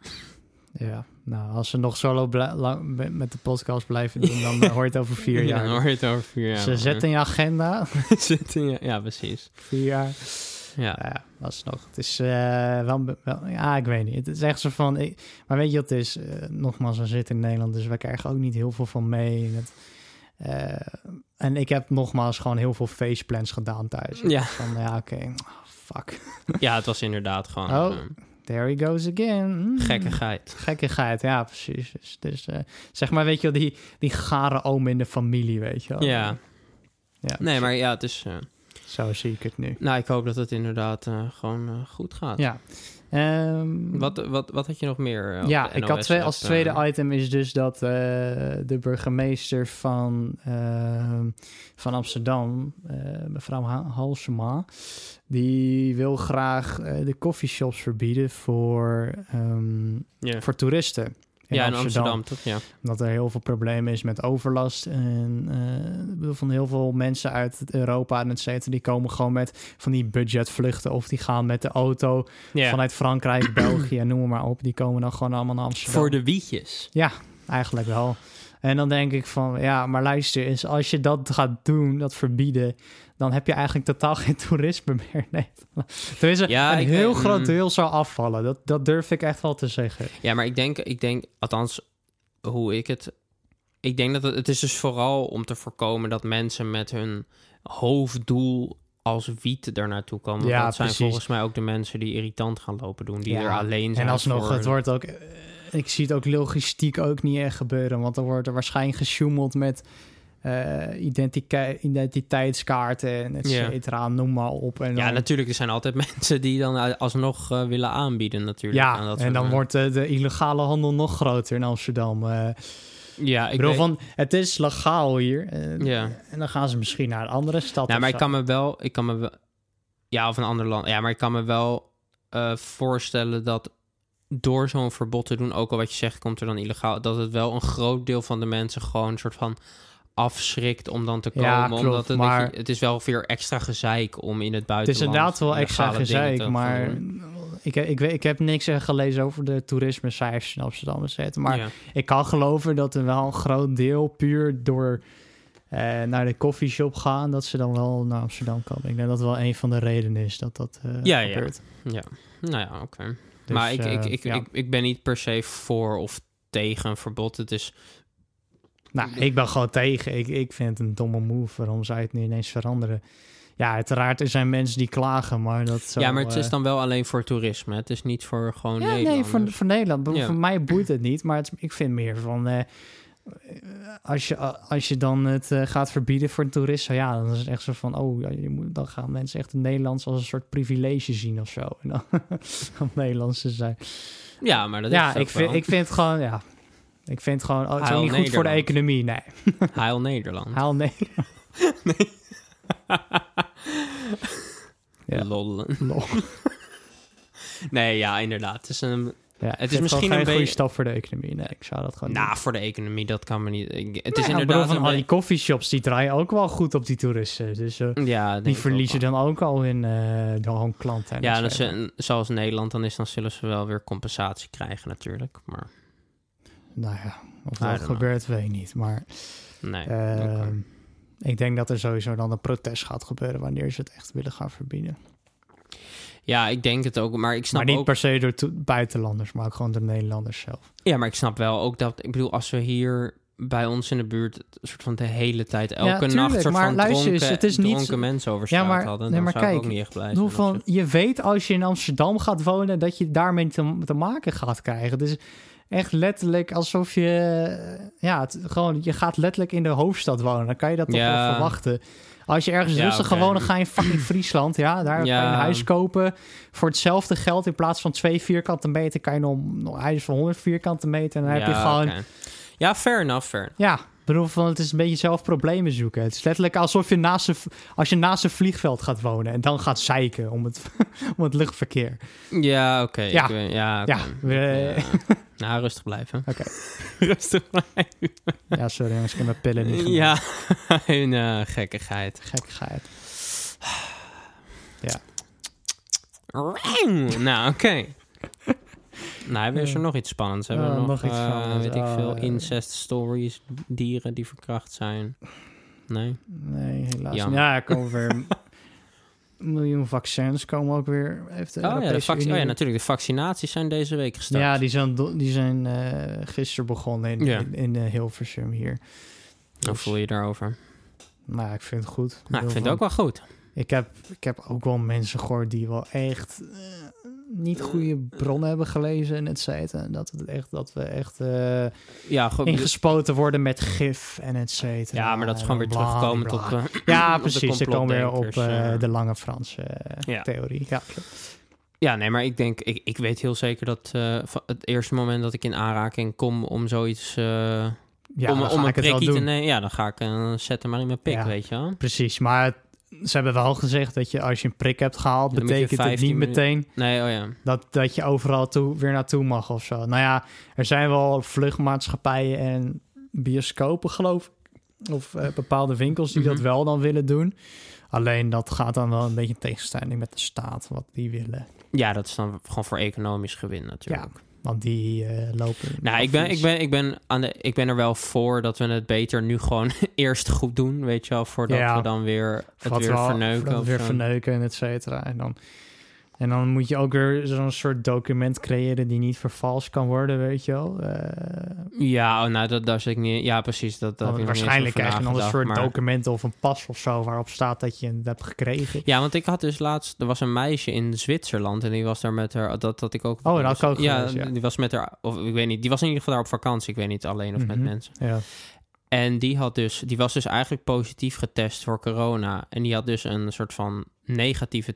[SPEAKER 2] Ja, nou, als ze nog zo lo- bla- lang met- met de podcast blijven doen,
[SPEAKER 1] *laughs*
[SPEAKER 2] dan eh, hoor je het over vier
[SPEAKER 1] Ja, dan
[SPEAKER 2] jaar.
[SPEAKER 1] hoor je het over vier jaar.
[SPEAKER 2] ze
[SPEAKER 1] *laughs*
[SPEAKER 2] zetten in je agenda *laughs*
[SPEAKER 1] zitten. Ja, ja, precies.
[SPEAKER 2] vier jaar.
[SPEAKER 1] Ja.
[SPEAKER 2] Nou ja, alsnog. Het is eh, wel, een be- wel- Ja, ik weet niet. Het is echt zo van... Ik, maar weet je wat het is? Eh, nogmaals, we zitten in Nederland, dus we krijgen ook niet heel veel van mee. En, het, eh, en ik heb nogmaals gewoon heel veel faceplans gedaan thuis.
[SPEAKER 1] Ja.
[SPEAKER 2] Van, ja, oké. Oh, fuck.
[SPEAKER 1] ja, het was inderdaad gewoon
[SPEAKER 2] Oh.
[SPEAKER 1] eh,
[SPEAKER 2] There he goes again. Mm.
[SPEAKER 1] gekkigheid.
[SPEAKER 2] Gekkigheid, ja, precies. Dus, dus eh, zeg maar, weet je wel, die, die gare oom in de familie, weet je wel.
[SPEAKER 1] Ja.
[SPEAKER 2] Ja,
[SPEAKER 1] Nee, maar ja, het is... eh,
[SPEAKER 2] Zo zie ik het nu.
[SPEAKER 1] nou, ik hoop dat het inderdaad eh, gewoon eh, goed gaat.
[SPEAKER 2] Ja. Ehm,
[SPEAKER 1] Wat, wat, wat had je nog meer? eh, op
[SPEAKER 2] ja,
[SPEAKER 1] de
[SPEAKER 2] ik had
[SPEAKER 1] NOS
[SPEAKER 2] twee,
[SPEAKER 1] app,
[SPEAKER 2] als tweede
[SPEAKER 1] eh?
[SPEAKER 2] item is dus dat eh, de burgemeester van, ehm, van Amsterdam, eh, mevrouw Ha- Halsema, die wil graag eh, de coffeeshops verbieden voor, ehm,
[SPEAKER 1] Ja.
[SPEAKER 2] voor toeristen.
[SPEAKER 1] ja, in Amsterdam, toch? Ja.
[SPEAKER 2] Omdat er heel veel problemen is met overlast. En eh, ik bedoel, van heel veel mensen uit Europa en et cetera, die komen gewoon met van die budgetvluchten. Of die gaan met de auto
[SPEAKER 1] Ja.
[SPEAKER 2] vanuit
[SPEAKER 1] *clears throat*
[SPEAKER 2] Frankrijk, België, noem maar op. Die komen dan gewoon allemaal naar Amsterdam.
[SPEAKER 1] Voor de wietjes.
[SPEAKER 2] Eigenlijk wel. En dan denk ik van, ja, maar luister eens, als je dat gaat doen, dat verbieden, dan heb je eigenlijk totaal *laughs* geen toerisme meer. Nee. *laughs* Tenminste,
[SPEAKER 1] Ja,
[SPEAKER 2] een
[SPEAKER 1] ik
[SPEAKER 2] heel
[SPEAKER 1] weet-
[SPEAKER 2] groot
[SPEAKER 1] mm.
[SPEAKER 2] deel zou afvallen. Dat, dat durf ik echt wel te zeggen.
[SPEAKER 1] Ja, maar ik denk, ik denk, althans, hoe ik het. Ik denk dat het, het is dus vooral om te voorkomen dat mensen met hun hoofddoel als wiet er naartoe komen. Want
[SPEAKER 2] Ja,
[SPEAKER 1] dat zijn
[SPEAKER 2] precies.
[SPEAKER 1] volgens mij ook de mensen die irritant gaan lopen doen, die
[SPEAKER 2] Ja,
[SPEAKER 1] er alleen zijn.
[SPEAKER 2] En alsnog,
[SPEAKER 1] voor-
[SPEAKER 2] het wordt ook, eh, ik zie het ook logistiek ook niet echt gebeuren, want er wordt er waarschijnlijk gesjoemeld met eh, identica- identiteitskaarten en et
[SPEAKER 1] Ja.
[SPEAKER 2] cetera, noem maar op. En
[SPEAKER 1] Ja,
[SPEAKER 2] dan-
[SPEAKER 1] natuurlijk, er zijn altijd *laughs* mensen die dan alsnog eh, willen aanbieden natuurlijk. aan
[SPEAKER 2] ja
[SPEAKER 1] dat
[SPEAKER 2] en
[SPEAKER 1] soort
[SPEAKER 2] dan
[SPEAKER 1] mensen.
[SPEAKER 2] wordt eh, de illegale handel nog groter in Amsterdam. eh.
[SPEAKER 1] Ja, ik
[SPEAKER 2] Ik bedoel,
[SPEAKER 1] weet-
[SPEAKER 2] van, het is legaal hier. eh,
[SPEAKER 1] Ja.
[SPEAKER 2] En dan gaan ze misschien naar een andere stad.
[SPEAKER 1] Nou,
[SPEAKER 2] of
[SPEAKER 1] maar ik
[SPEAKER 2] zo.
[SPEAKER 1] kan me wel, ik kan me wel, ja, of een ander land. Ja, maar ik kan me wel eh, voorstellen dat door zo'n verbod te doen, ook al wat je zegt, komt er dan illegaal, dat het wel een groot deel van de mensen gewoon een soort van afschrikt om dan te komen.
[SPEAKER 2] Ja, klopt,
[SPEAKER 1] omdat het,
[SPEAKER 2] maar-
[SPEAKER 1] je- het is wel weer extra gezeik om in het
[SPEAKER 2] Het is
[SPEAKER 1] buitenland.
[SPEAKER 2] inderdaad wel extra
[SPEAKER 1] illegale dingen
[SPEAKER 2] gezeik,
[SPEAKER 1] te-
[SPEAKER 2] maar ik, ik, weet- ik heb niks eh, gelezen over de toerismecijfers in Amsterdam et cetera. Maar
[SPEAKER 1] Ja.
[SPEAKER 2] ik kan geloven dat er wel een groot deel puur door eh, naar de koffieshop gaan, dat ze dan wel naar Amsterdam komen. Ik denk dat wel een van de redenen is dat dat eh,
[SPEAKER 1] Ja, ja.
[SPEAKER 2] gebeurt.
[SPEAKER 1] Nou ja, oké.
[SPEAKER 2] Dus,
[SPEAKER 1] maar ik, ik,
[SPEAKER 2] eh,
[SPEAKER 1] ik,
[SPEAKER 2] ja.
[SPEAKER 1] ik, ik ben niet per se voor of tegen een verbod. Het is
[SPEAKER 2] Nou, ik ben gewoon tegen. Ik, ik vind het een domme move. Waarom zou je het nu ineens veranderen? Ja, uiteraard, er zijn mensen die klagen, maar dat zou...
[SPEAKER 1] ja, maar het
[SPEAKER 2] eh,
[SPEAKER 1] is dan wel alleen voor toerisme. Het is niet voor gewoon
[SPEAKER 2] Ja, nee,
[SPEAKER 1] Nederlanders.
[SPEAKER 2] voor, voor Nederland. Voor
[SPEAKER 1] Oh, dus. Ja.
[SPEAKER 2] mij boeit het niet, maar het, ik vind meer van... eh, als, je, als je dan het eh, gaat verbieden voor toeristen, ja, dan is het echt zo van... Oh, ja, je moet, dan gaan mensen echt het Nederlands als een soort privilege zien of zo. *laughs* En dan, om Nederlands te zijn.
[SPEAKER 1] Ja, maar dat is
[SPEAKER 2] ja,
[SPEAKER 1] het ook
[SPEAKER 2] ik vind,
[SPEAKER 1] wel.
[SPEAKER 2] ik vind het gewoon... Ja, ik vind het gewoon... oh, het is ook
[SPEAKER 1] Haal
[SPEAKER 2] niet goed voor de
[SPEAKER 1] Nederland. Hm.
[SPEAKER 2] economie, nee.
[SPEAKER 1] Heil Nederland.
[SPEAKER 2] Haal nee. Ja.
[SPEAKER 1] Lol.
[SPEAKER 2] *laughs* Lol.
[SPEAKER 1] *laughs* Nee, ja, inderdaad. Het is een...
[SPEAKER 2] *laughs* Ja,
[SPEAKER 1] is
[SPEAKER 2] het
[SPEAKER 1] misschien
[SPEAKER 2] is misschien
[SPEAKER 1] een
[SPEAKER 2] een goede
[SPEAKER 1] beetje-
[SPEAKER 2] stap voor de economie. Nee, ik zou dat gewoon
[SPEAKER 1] Nou,
[SPEAKER 2] niet-
[SPEAKER 1] voor de economie, dat kan me niet... ik- het is
[SPEAKER 2] Nou ja, ik bedoel,
[SPEAKER 1] inderdaad...
[SPEAKER 2] van
[SPEAKER 1] een
[SPEAKER 2] al
[SPEAKER 1] be-
[SPEAKER 2] die coffeeshops die draaien ook wel goed op die toeristen. Dus eh,
[SPEAKER 1] ja, denk
[SPEAKER 2] die
[SPEAKER 1] ik
[SPEAKER 2] verliezen
[SPEAKER 1] ook
[SPEAKER 2] dan ook al in eh de hun klanten. en
[SPEAKER 1] wel. Ja,
[SPEAKER 2] dat
[SPEAKER 1] dat
[SPEAKER 2] soort-
[SPEAKER 1] ze, zoals Nederland, dan, is, dan zullen ze wel weer compensatie krijgen natuurlijk. Maar
[SPEAKER 2] Nou ja,
[SPEAKER 1] eh, I don't
[SPEAKER 2] of dat
[SPEAKER 1] know.
[SPEAKER 2] gebeurt, weet ik niet. Maar
[SPEAKER 1] nee.
[SPEAKER 2] eh,
[SPEAKER 1] oké.
[SPEAKER 2] ik denk dat er sowieso dan een protest gaat gebeuren wanneer ze het echt willen gaan verbieden.
[SPEAKER 1] Ja, ik denk het ook. Maar ik snap
[SPEAKER 2] maar niet
[SPEAKER 1] ook...
[SPEAKER 2] per se door to- buitenlanders, maar ook gewoon door Nederlanders zelf.
[SPEAKER 1] Ja, maar ik snap wel ook dat... Ik bedoel, als we hier bij ons in de buurt... het soort van de hele tijd, elke
[SPEAKER 2] tuurlijk,
[SPEAKER 1] nacht... soort
[SPEAKER 2] maar
[SPEAKER 1] van
[SPEAKER 2] luister eens,
[SPEAKER 1] dronken,
[SPEAKER 2] het is niet-
[SPEAKER 1] dronken mensen over straat
[SPEAKER 2] maar-
[SPEAKER 1] hadden...
[SPEAKER 2] nee,
[SPEAKER 1] dan
[SPEAKER 2] maar
[SPEAKER 1] zou ik ook
[SPEAKER 2] kijk,
[SPEAKER 1] niet echt blij zijn.
[SPEAKER 2] Doe
[SPEAKER 1] of zo.
[SPEAKER 2] van, je weet als je in Amsterdam gaat wonen dat je daarmee te, te maken gaat krijgen. Dus echt letterlijk alsof je, eh, ja, het- gewoon, je gaat letterlijk in de hoofdstad wonen. Dan kan je dat toch
[SPEAKER 1] Ja.
[SPEAKER 2] wel verwachten. Als je ergens
[SPEAKER 1] Ja,
[SPEAKER 2] rustig
[SPEAKER 1] oké.
[SPEAKER 2] gaat wonen, ga je in fucking Friesland. Ja, daar kan je
[SPEAKER 1] Ja.
[SPEAKER 2] een huis kopen voor hetzelfde geld. In plaats van twee vierkante meter kan je nog nog een huis van 100 vierkante meter. En dan heb je gewoon,
[SPEAKER 1] oké. Ja, fair enough, fair enough.
[SPEAKER 2] ja, ik bedoel van, het is een beetje zelf problemen zoeken. Het is letterlijk alsof je naast een, v- als je naast een vliegveld gaat wonen en dan gaat zeiken om het, *laughs* om het luchtverkeer.
[SPEAKER 1] Ja, oké.
[SPEAKER 2] Ja.
[SPEAKER 1] ik weet- Ja, oké.
[SPEAKER 2] Ja, we-
[SPEAKER 1] Ja. *laughs* Nou, rustig blijven.
[SPEAKER 2] Oké.
[SPEAKER 1] *laughs* rustig blijven.
[SPEAKER 2] *laughs* Ja, sorry jongens, ik heb mijn pillen niet Ja.
[SPEAKER 1] Ja, *laughs* een eh, gekkigheid.
[SPEAKER 2] Gekkigheid.
[SPEAKER 1] nou, oké. Nou, hebben we er nog iets spannends? Hebben we
[SPEAKER 2] Ja,
[SPEAKER 1] nog,
[SPEAKER 2] nog iets
[SPEAKER 1] eh,
[SPEAKER 2] spannends.
[SPEAKER 1] weet ik
[SPEAKER 2] Oh,
[SPEAKER 1] veel,
[SPEAKER 2] eh.
[SPEAKER 1] incest stories, dieren die verkracht zijn? Nee?
[SPEAKER 2] Nee, helaas
[SPEAKER 1] Jammer.
[SPEAKER 2] niet. Ja, er komen weer... *laughs* een miljoen vaccins komen ook weer. Heeft de
[SPEAKER 1] Oh ja, de
[SPEAKER 2] Europese
[SPEAKER 1] vac-
[SPEAKER 2] Unie-
[SPEAKER 1] oh ja, natuurlijk. De vaccinaties zijn deze week gestart.
[SPEAKER 2] Ja, die zijn, do- die zijn eh, gisteren begonnen in,
[SPEAKER 1] Ja.
[SPEAKER 2] in, in, eh, Hilversum hier.
[SPEAKER 1] Hoe voel je daarover?
[SPEAKER 2] Nou, ik vind het goed. Ik
[SPEAKER 1] Nou,
[SPEAKER 2] bedoel
[SPEAKER 1] ik vind
[SPEAKER 2] dus van-
[SPEAKER 1] het ook wel goed.
[SPEAKER 2] Ik heb, ik heb ook wel mensen gehoord die wel echt eh, niet goede bronnen hebben gelezen en et cetera. En Dat, het echt, dat we echt eh,
[SPEAKER 1] Oh, Ja, goed.
[SPEAKER 2] ingespoten worden met gif en et cetera.
[SPEAKER 1] Ja, maar dat is gewoon weer
[SPEAKER 2] En bla,
[SPEAKER 1] terugkomend
[SPEAKER 2] bla.
[SPEAKER 1] op... eh,
[SPEAKER 2] Ja,
[SPEAKER 1] *clears throat* op de
[SPEAKER 2] precies. Ze komen weer op
[SPEAKER 1] complotdenkers,
[SPEAKER 2] eh,
[SPEAKER 1] eh.
[SPEAKER 2] de lange Franse eh,
[SPEAKER 1] Ja.
[SPEAKER 2] theorie. Ja, klopt.
[SPEAKER 1] Ja, nee, maar ik denk, ik, ik weet heel zeker dat eh, van het eerste moment dat ik in aanraking kom om zoiets, eh,
[SPEAKER 2] ja
[SPEAKER 1] om,
[SPEAKER 2] dan
[SPEAKER 1] om
[SPEAKER 2] ga
[SPEAKER 1] een
[SPEAKER 2] ik het wel
[SPEAKER 1] prikkie te
[SPEAKER 2] doen.
[SPEAKER 1] nemen, ja, dan ga ik een eh, zet hem maar in mijn pik,
[SPEAKER 2] Ja.
[SPEAKER 1] weet je wel.
[SPEAKER 2] Precies, maar het, ze hebben wel gezegd dat je als je een prik hebt gehaald,
[SPEAKER 1] Dan moet je
[SPEAKER 2] betekent het
[SPEAKER 1] 15
[SPEAKER 2] niet
[SPEAKER 1] minuten-
[SPEAKER 2] meteen
[SPEAKER 1] Nee, oh ja.
[SPEAKER 2] dat, dat je overal toe, weer naartoe mag of zo. Nou ja, er zijn wel vluchtmaatschappijen en bioscopen, geloof ik. Of eh, bepaalde winkels die
[SPEAKER 1] Mhm.
[SPEAKER 2] dat wel dan willen doen. Alleen dat gaat dan wel een beetje in tegenstelling met de staat, wat die willen.
[SPEAKER 1] Ja, dat is dan gewoon voor economisch gewin natuurlijk.
[SPEAKER 2] Want die eh, lopen.
[SPEAKER 1] Nou, ik ben, ik, ben, ik, ben aan de, ik ben er wel voor dat we het beter nu gewoon *laughs* eerst goed doen, weet je wel, voordat
[SPEAKER 2] Ja.
[SPEAKER 1] we dan weer het
[SPEAKER 2] Wat
[SPEAKER 1] weer
[SPEAKER 2] wel-
[SPEAKER 1] verneuken.
[SPEAKER 2] voordat
[SPEAKER 1] of
[SPEAKER 2] we weer
[SPEAKER 1] zo.
[SPEAKER 2] verneuken en et cetera. En dan, en dan moet je ook weer zo'n soort document creëren die niet vervalst kan worden, weet je wel. Eh,
[SPEAKER 1] Ja, oh, nou, dat, daar zit ik niet... Ja, precies. Dat, dat heb
[SPEAKER 2] want
[SPEAKER 1] ik nog niet eens
[SPEAKER 2] waarschijnlijk
[SPEAKER 1] over
[SPEAKER 2] krijg je dan een
[SPEAKER 1] nagedacht,
[SPEAKER 2] soort
[SPEAKER 1] maar-
[SPEAKER 2] document of een pas of zo waarop staat dat je het hebt gekregen.
[SPEAKER 1] Ja, want ik had dus laatst... Er was een meisje in Zwitserland en die was daar met haar... Dat dat ik ook...
[SPEAKER 2] Oh, dat had ik ook
[SPEAKER 1] ja,
[SPEAKER 2] gelezen, ja.
[SPEAKER 1] die was met haar... Of ik weet niet. Die was in ieder geval daar op vakantie. Ik weet niet alleen of
[SPEAKER 2] Mhm.
[SPEAKER 1] met mensen.
[SPEAKER 2] Ja.
[SPEAKER 1] En die, had dus, die was dus eigenlijk positief getest voor corona. En die had dus een soort van negatieve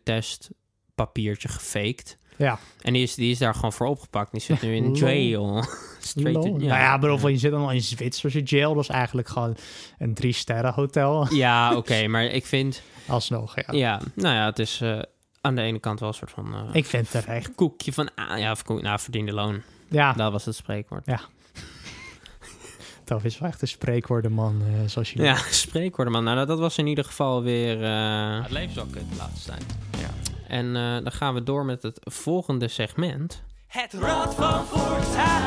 [SPEAKER 1] testpapiertje gefaked.
[SPEAKER 2] Ja.
[SPEAKER 1] En die is, die is daar gewoon voor opgepakt. Die zit nu
[SPEAKER 2] *laughs*
[SPEAKER 1] in
[SPEAKER 2] Lol.
[SPEAKER 1] jail. Straight to-
[SPEAKER 2] Lol.
[SPEAKER 1] ja.
[SPEAKER 2] Nou ja, bijvoorbeeld, je zit dan al in Zwitserse jail. Dat is eigenlijk gewoon een drie-sterren hotel.
[SPEAKER 1] Ja, oké. maar ik vind...
[SPEAKER 2] *laughs* Alsnog, ja.
[SPEAKER 1] Ja, nou ja, het is eh, aan de ene kant wel een soort van... eh,
[SPEAKER 2] Ik vind het terecht.
[SPEAKER 1] koekje van... Ah, ja, of koek, nou, verdiende loon.
[SPEAKER 2] Ja,
[SPEAKER 1] Dat was het spreekwoord.
[SPEAKER 2] dat is wel echt een spreekwoordenman, man eh, zoals je
[SPEAKER 1] Ja, *laughs* spreekwoorden, man. Nou, dat- dat was in ieder geval weer... Het leven zal kut laatst zijn. Ja. En eh, dan gaan we door met het volgende segment.
[SPEAKER 3] Het Rad van Voortuin.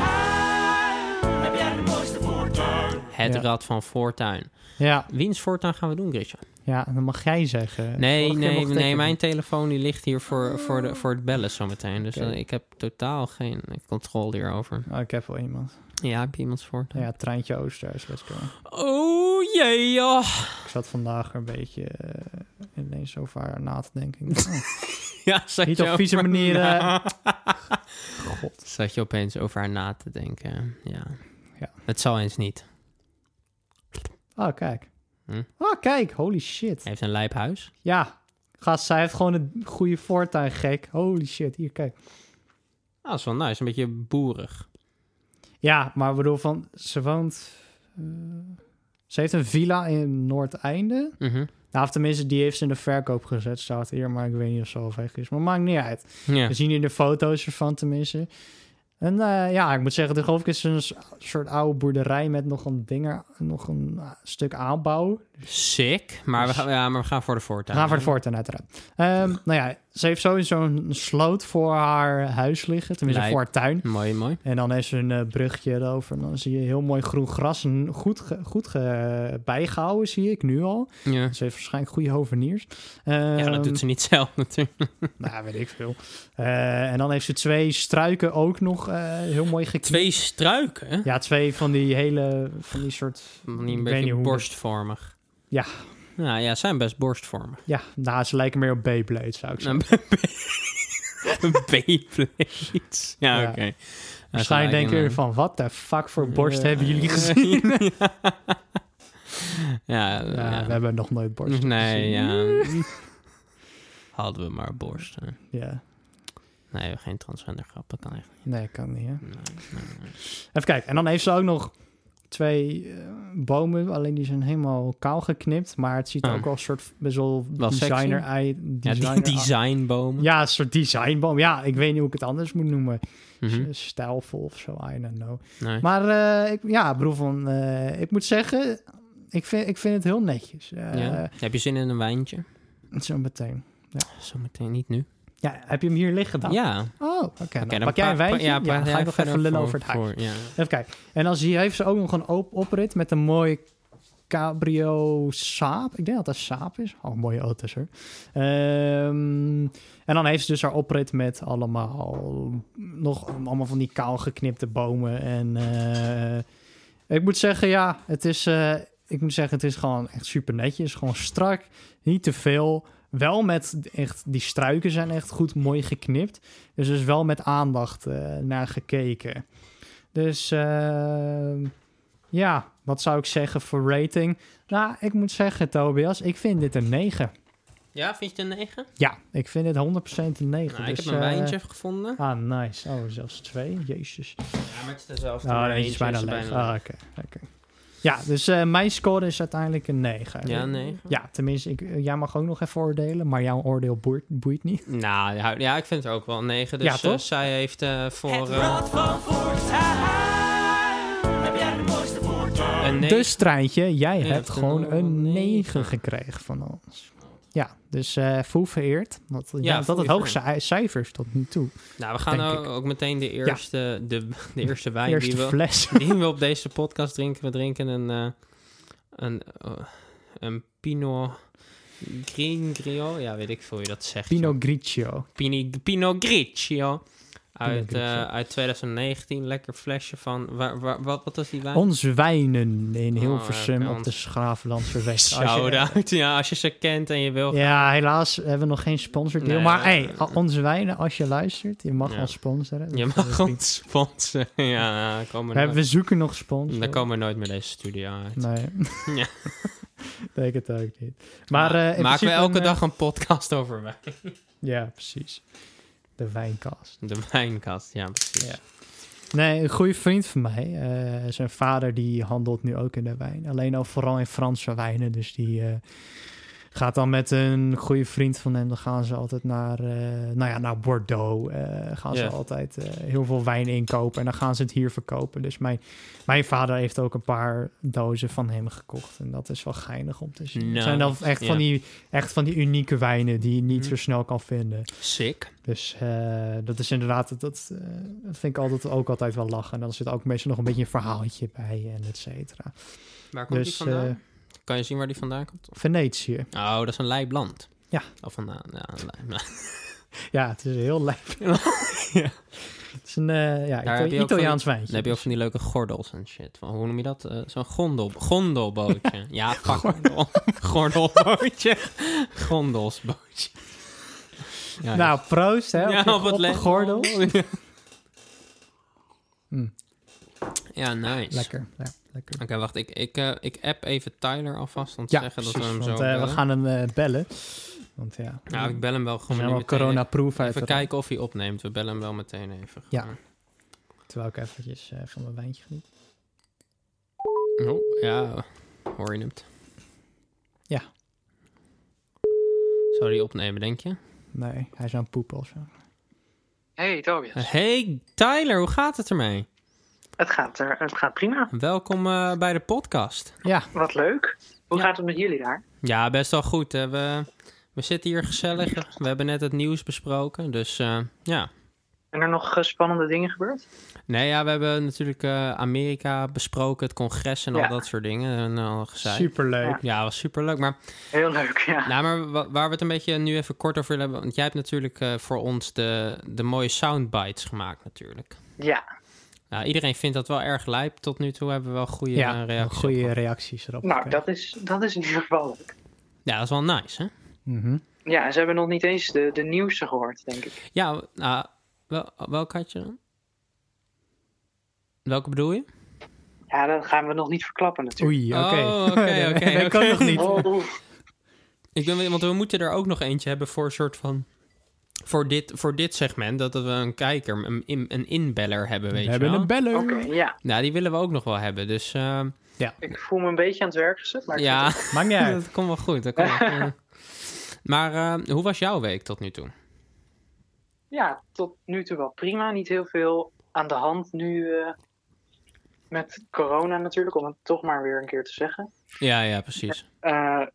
[SPEAKER 3] Heb jij de mooiste voortuin?
[SPEAKER 1] Het
[SPEAKER 2] Ja.
[SPEAKER 1] Rad van Voortuin.
[SPEAKER 2] Ja,
[SPEAKER 1] Wiens Voortuin gaan we doen, Grisha?
[SPEAKER 2] ja, dan mag jij zeggen.
[SPEAKER 1] Nee,
[SPEAKER 2] Vorige keer
[SPEAKER 1] nee,
[SPEAKER 2] mocht ik
[SPEAKER 1] nee.
[SPEAKER 2] het
[SPEAKER 1] Mijn
[SPEAKER 2] doen.
[SPEAKER 1] telefoon die ligt hier voor, voor, de, voor het bellen zometeen. Dus
[SPEAKER 2] Oké.
[SPEAKER 1] eh, ik heb totaal geen controle hierover.
[SPEAKER 2] Oh, ik heb wel iemand.
[SPEAKER 1] Ja, heb je iemands voortuin?
[SPEAKER 2] Nou ja, Treintje Ooster is best wel.
[SPEAKER 1] Oh, jee, ja.
[SPEAKER 2] Ik zat vandaag een beetje eh, ineens over haar na te denken.
[SPEAKER 1] *laughs*
[SPEAKER 2] Ik dacht, oh,
[SPEAKER 1] Ja, zat
[SPEAKER 2] Niet
[SPEAKER 1] je
[SPEAKER 2] op vieze
[SPEAKER 1] over *laughs*
[SPEAKER 2] manieren.
[SPEAKER 1] na-
[SPEAKER 2] God.
[SPEAKER 1] Zat je opeens over haar na te denken. Ja.
[SPEAKER 2] Ja.
[SPEAKER 1] Het zal eens niet.
[SPEAKER 2] Oh, kijk.
[SPEAKER 1] Hm?
[SPEAKER 2] Oh, kijk. Holy shit.
[SPEAKER 1] Hij heeft een lijp huis.
[SPEAKER 2] Ja. Gast, zij heeft gewoon een goede voortuin, gek. Holy shit. Hier, kijk.
[SPEAKER 1] Ah, dat is wel nice. Een beetje boerig.
[SPEAKER 2] Ja, maar ik bedoel van... Ze woont... eh, ze heeft een villa in Noordeinde.
[SPEAKER 1] Mhm.
[SPEAKER 2] Nou, of tenminste, die heeft ze in de verkoop gezet. Staat hier, maar ik weet niet of ze al weg is. Maar maakt niet uit.
[SPEAKER 1] Ja.
[SPEAKER 2] We zien hier de foto's ervan tenminste. En eh, ja, ik moet zeggen, de geloof ik is een s- soort oude boerderij met nog een dinger, nog een ah, stuk aanbouw.
[SPEAKER 1] Sick. Maar we, gaan- ja, maar we gaan voor de voortuin.
[SPEAKER 2] Dus- Gaan voor de voortuin uiteraard. Ehm, nou ja, ze heeft sowieso een sloot voor haar huis liggen, tenminste
[SPEAKER 1] Lijp.
[SPEAKER 2] voor haar tuin.
[SPEAKER 1] Mooi, mooi.
[SPEAKER 2] En dan is er een eh, brugje erover en dan zie je heel mooi groen gras. En goed, ge- goed ge- bijgehouden zie ik nu al.
[SPEAKER 1] Ja.
[SPEAKER 2] Ze heeft waarschijnlijk goede hoveniers.
[SPEAKER 1] Ja,
[SPEAKER 2] Ehm,
[SPEAKER 1] dat doet ze niet zelf natuurlijk.
[SPEAKER 2] *laughs* Nou, weet ik veel. Eh, en dan heeft ze twee struiken ook nog eh, heel mooi geknipt.
[SPEAKER 1] Twee struiken? hè?
[SPEAKER 2] Ja, twee van die hele, van die soort...
[SPEAKER 1] Van die
[SPEAKER 2] ik
[SPEAKER 1] een
[SPEAKER 2] weet niet
[SPEAKER 1] beetje
[SPEAKER 2] hoe-
[SPEAKER 1] borstvormig.
[SPEAKER 2] Ja.
[SPEAKER 1] Nou ja, zijn best borstvormig.
[SPEAKER 2] Ja, nou, ze lijken meer op Beyblade, zou
[SPEAKER 1] *laughs*
[SPEAKER 2] ik zeggen.
[SPEAKER 1] Een
[SPEAKER 2] *laughs*
[SPEAKER 1] Beyblades. Ja,
[SPEAKER 2] Ja.
[SPEAKER 1] oké. Okay.
[SPEAKER 2] Waarschijnlijk denken jullie
[SPEAKER 1] eh,
[SPEAKER 2] van, wat de fuck voor borst hebben
[SPEAKER 1] *laughs*
[SPEAKER 2] jullie gezien? *laughs*
[SPEAKER 1] ja,
[SPEAKER 2] Ja,
[SPEAKER 1] eh, ja.
[SPEAKER 2] we hebben nog nooit borst
[SPEAKER 1] Nee,
[SPEAKER 2] gezien.
[SPEAKER 1] ja.
[SPEAKER 2] *laughs*
[SPEAKER 1] Hadden we maar borsten.
[SPEAKER 2] Ja.
[SPEAKER 1] Nee, we hebben geen transgender grap. Dat kan echt niet.
[SPEAKER 2] Nee, kan niet, hè.
[SPEAKER 1] Nee, nee, nee.
[SPEAKER 2] Even kijken. En dan heeft ze ook nog twee eh, bomen, alleen die zijn helemaal kaal geknipt. Maar het ziet er
[SPEAKER 1] Oh.
[SPEAKER 2] ook wel een soort best wel
[SPEAKER 1] Wel sexy.
[SPEAKER 2] designer uit.
[SPEAKER 1] Ja,
[SPEAKER 2] Designer
[SPEAKER 1] die designbomen.
[SPEAKER 2] Ja, een soort designboom. Ja, ik weet niet hoe ik het anders moet noemen.
[SPEAKER 1] Mhm.
[SPEAKER 2] Stijlvol of zo, I don't know.
[SPEAKER 1] Nee.
[SPEAKER 2] Maar eh, ik, ja, broer van, eh, ik moet zeggen, ik vind, ik vind het heel netjes. Eh
[SPEAKER 1] ja. Heb je zin in een wijntje?
[SPEAKER 2] *laughs* Zo meteen.
[SPEAKER 1] Zometeen niet nu.
[SPEAKER 2] Ja, heb je hem hier liggen dan?
[SPEAKER 1] Ja. Oké,
[SPEAKER 2] Oh, oké. nou,
[SPEAKER 1] dan
[SPEAKER 2] pak jij een
[SPEAKER 1] pa- pa-
[SPEAKER 2] wijntje? Ja,
[SPEAKER 1] pa-
[SPEAKER 2] dan ga ik nog
[SPEAKER 1] verder
[SPEAKER 2] even lullen
[SPEAKER 1] voor-
[SPEAKER 2] over het huis.
[SPEAKER 1] voor- ja.
[SPEAKER 2] Even kijken. En dan zie- heeft ze ook nog een op oprit met een mooi cabrio Saab. Ik denk dat dat Saab is. Oh, mooie auto's hoor. Ehm, en dan heeft ze dus haar oprit met allemaal... nog allemaal van die kaal geknipte bomen. En eh, ik moet zeggen, ja, het is... eh, ik moet zeggen, het is gewoon echt super netjes. Gewoon strak, niet te veel. Wel met echt... Die struiken zijn echt goed mooi geknipt. Dus er is wel met aandacht eh, naar gekeken. Dus ehm, ja, wat zou ik zeggen voor rating? Nou, ik moet zeggen, Tobias, ik vind dit een 9.
[SPEAKER 1] ja, vind je het een 9?
[SPEAKER 2] Ja, ik vind dit 100% een 9.
[SPEAKER 1] Nou, ik
[SPEAKER 2] dus,
[SPEAKER 1] heb een
[SPEAKER 2] eh,
[SPEAKER 1] wijntje gevonden.
[SPEAKER 2] Ah, nice. Oh, zelfs twee. Jezus.
[SPEAKER 1] Ja, maar het is dezelfde.
[SPEAKER 2] Oh,
[SPEAKER 1] maar
[SPEAKER 2] nee,
[SPEAKER 1] eentje
[SPEAKER 2] is bijna
[SPEAKER 1] er
[SPEAKER 2] leeg.
[SPEAKER 1] bijna
[SPEAKER 2] Ah, oké. oké. Ja, dus eh, mijn score is uiteindelijk een 9.
[SPEAKER 1] Ja, nee.
[SPEAKER 2] Oh, Ja, tenminste, ik, eh, jij mag ook nog even oordelen, maar jouw oordeel boeit, boeit niet.
[SPEAKER 1] Nou, ja, ja, ik vind het ook wel een 9. Dus
[SPEAKER 2] Ja, toch?
[SPEAKER 1] eh, zij heeft eh, voor
[SPEAKER 3] Het
[SPEAKER 1] eh,
[SPEAKER 3] rad van Voorthuis. Heb jij de mooiste voortuin?
[SPEAKER 1] een 9.
[SPEAKER 2] Dus Treintje, jij
[SPEAKER 1] Ja,
[SPEAKER 2] hebt
[SPEAKER 1] ik
[SPEAKER 2] gewoon
[SPEAKER 1] vind wel
[SPEAKER 2] een
[SPEAKER 1] een
[SPEAKER 2] 9
[SPEAKER 1] negen.
[SPEAKER 2] gekregen van ons. Ja, dus eh voel vereerd. Want ja,
[SPEAKER 1] Ja,
[SPEAKER 2] dat
[SPEAKER 1] voel
[SPEAKER 2] het
[SPEAKER 1] je
[SPEAKER 2] hoogste i- cijfer is tot nu toe.
[SPEAKER 1] nou, we gaan
[SPEAKER 2] denk
[SPEAKER 1] ook,
[SPEAKER 2] ik.
[SPEAKER 1] ook meteen de eerste, de, *laughs* de eerste wijn
[SPEAKER 2] Eerste
[SPEAKER 1] die, we, *laughs*
[SPEAKER 2] fles.
[SPEAKER 1] die we op deze podcast drinken. We drinken een, eh, een, eh, een Pinot Green Grio. Ja, weet ik veel hoe je dat zegt. joh.
[SPEAKER 2] Pinot Grigio.
[SPEAKER 1] Pini, Pinot Grigio. Uit,
[SPEAKER 2] Grigio.
[SPEAKER 1] eh, uit 2019. Lekker flesje van... Waar, waar, wat, wat was die wijn?
[SPEAKER 2] Onze wijnen in
[SPEAKER 1] Oh,
[SPEAKER 2] Hilversum
[SPEAKER 1] Ah. ja,
[SPEAKER 2] op de
[SPEAKER 1] *laughs*
[SPEAKER 2] Schravenlandserweg.
[SPEAKER 1] Shout-out. Ja, als je ze kent en je wil.
[SPEAKER 2] Ja, helaas hebben we nog geen sponsordeel.
[SPEAKER 1] Nee,
[SPEAKER 2] maar
[SPEAKER 1] eh,
[SPEAKER 2] hey, a- onze wijnen, als je luistert, je mag
[SPEAKER 1] Ja.
[SPEAKER 2] ons sponsoren. Dat
[SPEAKER 1] Je
[SPEAKER 2] is
[SPEAKER 1] mag
[SPEAKER 2] wel
[SPEAKER 1] ons sponsoren. *laughs* Ja, daar komen we
[SPEAKER 2] prima. We, hebben-
[SPEAKER 1] nooit-
[SPEAKER 2] we zoeken nog sponsors.
[SPEAKER 1] daar komen we nooit meer deze studio uit.
[SPEAKER 2] Nee. *laughs*
[SPEAKER 1] Ja.
[SPEAKER 2] Denk het ook niet. Maar, eh,
[SPEAKER 1] maken we
[SPEAKER 2] in principe
[SPEAKER 1] elke
[SPEAKER 2] een, eh,
[SPEAKER 1] dag een podcast over wijn.
[SPEAKER 2] Ja, precies. De wijnkast.
[SPEAKER 1] De wijnkast, ja precies.
[SPEAKER 2] Ja. Nee, een goede vriend van mij. eh, zijn vader die handelt nu ook in de wijn. Alleen al vooral in Franse wijnen. Dus die eh, gaat dan met een goede vriend van hem. Dan gaan ze altijd naar, eh, nou ja, naar Bordeaux. eh, gaan
[SPEAKER 1] Ja.
[SPEAKER 2] ze altijd eh, heel veel wijn inkopen. En dan gaan ze het hier verkopen. Dus mijn, mijn vader heeft ook een paar dozen van hem gekocht. En dat is wel geinig om te zien. het
[SPEAKER 1] Nou,
[SPEAKER 2] zijn dan echt, van
[SPEAKER 1] ja.
[SPEAKER 2] die, echt van die unieke wijnen die je niet
[SPEAKER 1] Mhm.
[SPEAKER 2] zo snel kan vinden.
[SPEAKER 1] Sick.
[SPEAKER 2] Dus eh, dat is inderdaad, dat, eh, dat vind ik altijd ook altijd wel lachen. En dan zit ook meestal nog een beetje een verhaaltje bij en et cetera.
[SPEAKER 1] Waar komt
[SPEAKER 2] dus
[SPEAKER 1] die vandaan?
[SPEAKER 2] eh,
[SPEAKER 1] kan je zien waar die vandaan komt?
[SPEAKER 2] Venetië.
[SPEAKER 1] Oh, dat is een lijpland.
[SPEAKER 2] Ja.
[SPEAKER 1] Of vandaan, ja, een lijp-
[SPEAKER 2] *laughs* Ja, het is een heel lijp.
[SPEAKER 1] *laughs* Ja.
[SPEAKER 2] Het is een eh,
[SPEAKER 1] Daar
[SPEAKER 2] ja, Ita-
[SPEAKER 1] heb je ook
[SPEAKER 2] Italiaans
[SPEAKER 1] Dan
[SPEAKER 2] wijntje.
[SPEAKER 1] heb je ook van die leuke gordels en shit. Van, hoe noem je dat? Eh, Zo'n gondel,
[SPEAKER 2] *laughs*
[SPEAKER 1] gondelbootje. Ja, fuck. Gondel. *laughs* Gordelbootje. Gondelsbootje. Ja,
[SPEAKER 2] Nou, proost hè,
[SPEAKER 1] ja,
[SPEAKER 2] op, je-
[SPEAKER 1] op het
[SPEAKER 2] de
[SPEAKER 1] le- *laughs*
[SPEAKER 2] gordel. Mm.
[SPEAKER 1] Ja, nice.
[SPEAKER 2] Lekker, ja, lekker.
[SPEAKER 1] Oké, wacht. Ik, ik, eh, ik app even Tyler alvast. om te
[SPEAKER 2] Ja,
[SPEAKER 1] zeggen
[SPEAKER 2] precies,
[SPEAKER 1] dat we hem
[SPEAKER 2] want
[SPEAKER 1] zo
[SPEAKER 2] eh, we
[SPEAKER 1] bellen.
[SPEAKER 2] gaan hem eh, bellen. Want ja,
[SPEAKER 1] Nou, ik bel hem wel
[SPEAKER 2] we
[SPEAKER 1] gewoon
[SPEAKER 2] zijn wel
[SPEAKER 1] meteen.
[SPEAKER 2] coronaproof uit.
[SPEAKER 1] Even kijken of hij opneemt. We bellen hem wel meteen even.
[SPEAKER 2] Ja.
[SPEAKER 1] Gewoon.
[SPEAKER 2] Terwijl ik eventjes eh, van mijn wijntje geniet.
[SPEAKER 1] Oh, ja. Hoor je het?
[SPEAKER 2] Ja.
[SPEAKER 1] Zou die opnemen, denk je?
[SPEAKER 2] Nee, hij is aan het poepen of zo.
[SPEAKER 4] Hey Tobias,
[SPEAKER 1] Hey Tyler, hoe gaat het ermee?
[SPEAKER 4] het, gaat er, het gaat prima.
[SPEAKER 1] Welkom eh, bij de podcast.
[SPEAKER 2] Ja,
[SPEAKER 4] Wat leuk. Hoe
[SPEAKER 1] Ja.
[SPEAKER 4] gaat het met jullie daar?
[SPEAKER 1] Ja, best wel goed. Hè? We, we zitten hier gezellig. We hebben net het nieuws besproken. Dus eh, ja.
[SPEAKER 4] Zijn er nog eh, spannende dingen gebeurd?
[SPEAKER 1] Nee, ja, we hebben natuurlijk eh, Amerika besproken, het congres en
[SPEAKER 4] Ja.
[SPEAKER 1] al dat soort dingen. En al gezeik.
[SPEAKER 2] superleuk.
[SPEAKER 1] Ja, was superleuk. Maar,
[SPEAKER 4] Heel leuk, ja.
[SPEAKER 1] nou, maar wa- waar we het een beetje nu even kort over willen hebben. Want jij hebt natuurlijk eh, voor ons de, de mooie soundbites gemaakt, natuurlijk.
[SPEAKER 4] Ja,
[SPEAKER 1] Nou, iedereen vindt dat wel erg lijp. Tot nu toe hebben we wel goede eh,
[SPEAKER 2] Ja,
[SPEAKER 1] reacties. op
[SPEAKER 2] goede
[SPEAKER 1] gehad.
[SPEAKER 2] reacties erop.
[SPEAKER 4] nou
[SPEAKER 2] oké.
[SPEAKER 4] dat is, dat is in ieder geval leuk.
[SPEAKER 1] Ja, dat is wel nice, hè?
[SPEAKER 2] Mhm.
[SPEAKER 4] Ja, ze hebben nog niet eens de, de nieuwste gehoord, denk ik.
[SPEAKER 1] Ja, nou, wel, welke had je dan? Welke bedoel je?
[SPEAKER 4] Ja, dat gaan we nog niet verklappen natuurlijk.
[SPEAKER 2] Oei, oké.
[SPEAKER 1] Oh, oké,
[SPEAKER 2] *laughs* Nee,
[SPEAKER 1] oké,
[SPEAKER 2] dat kan
[SPEAKER 1] oké.
[SPEAKER 2] nog
[SPEAKER 1] *laughs*
[SPEAKER 2] niet.
[SPEAKER 4] Oh, oef.
[SPEAKER 1] Ik ben, wel- want we moeten er ook nog eentje hebben voor een soort van... Voor dit, voor dit segment, dat we een kijker, een, in- een inbeller hebben, weet
[SPEAKER 2] We
[SPEAKER 1] je
[SPEAKER 2] hebben
[SPEAKER 1] wel.
[SPEAKER 2] een beller.
[SPEAKER 4] Oké, ja.
[SPEAKER 1] Nou, die willen we ook nog wel hebben, dus... ehm,
[SPEAKER 4] Ik voel me een beetje aan het werk gezet, maar ik
[SPEAKER 1] ja,
[SPEAKER 4] vind
[SPEAKER 2] Maakt niet uit.
[SPEAKER 1] *laughs* dat komt wel goed. Dat komt wel goed.
[SPEAKER 4] *laughs*
[SPEAKER 1] Maar eh, hoe was jouw week tot nu toe?
[SPEAKER 4] het- ja, tot nu toe wel prima. Niet heel veel aan de hand nu eh, met corona natuurlijk, om het toch maar weer een keer te zeggen.
[SPEAKER 1] Ja, ja, precies.
[SPEAKER 4] Eh,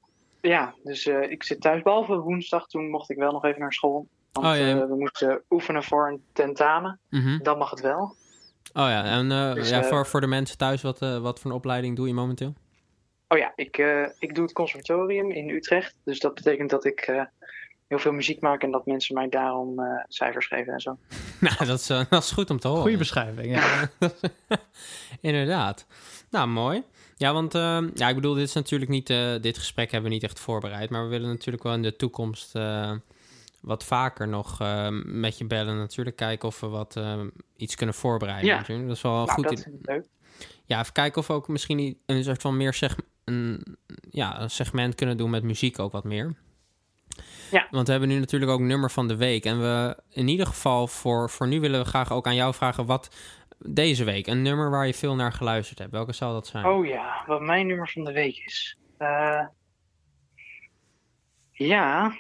[SPEAKER 4] ja, dus eh, ik zit thuis. Behalve woensdag, toen mocht ik wel nog even naar school. Want
[SPEAKER 1] Oh, ja.
[SPEAKER 4] eh, we moesten oefenen voor een tentamen.
[SPEAKER 1] Mhm.
[SPEAKER 4] Dan mag het wel.
[SPEAKER 1] Oh ja, en eh,
[SPEAKER 4] Dus,
[SPEAKER 1] ja,
[SPEAKER 4] eh,
[SPEAKER 1] voor, voor de mensen thuis, wat, eh, wat voor een opleiding doe je momenteel? *laughs*
[SPEAKER 4] Oh ja, ik, eh, ik doe het conservatorium in Utrecht. Dus dat betekent dat ik eh, heel veel muziek maak en dat mensen mij daarom eh, cijfers geven en zo.
[SPEAKER 1] Nou, dat is, eh, dat is goed om te horen.
[SPEAKER 2] Goede beschrijving. Ja.
[SPEAKER 1] Inderdaad. Nou, mooi. Ja, want eh, ja, ik bedoel, dit is natuurlijk niet. eh, dit gesprek hebben we niet echt voorbereid. Maar we willen natuurlijk wel in de toekomst eh, wat vaker nog eh, met je bellen. Natuurlijk kijken of we wat eh, iets kunnen voorbereiden.
[SPEAKER 4] Ja.
[SPEAKER 1] natuurlijk. Dat is wel een
[SPEAKER 4] Nou,
[SPEAKER 1] goed.
[SPEAKER 4] dat
[SPEAKER 1] idee.
[SPEAKER 4] vind ik leuk.
[SPEAKER 1] Ja, even kijken of we ook misschien i- een soort van meer seg een, ja, een segment kunnen doen met muziek ook wat meer.
[SPEAKER 4] Ja.
[SPEAKER 1] Want we hebben nu natuurlijk ook nummer van de week. En we in ieder geval voor, voor nu willen we graag ook aan jou vragen wat deze week een nummer waar je veel naar geluisterd hebt. Welke zal dat zijn?
[SPEAKER 4] Oh ja, wat mijn nummer van de week is. Eh, ja,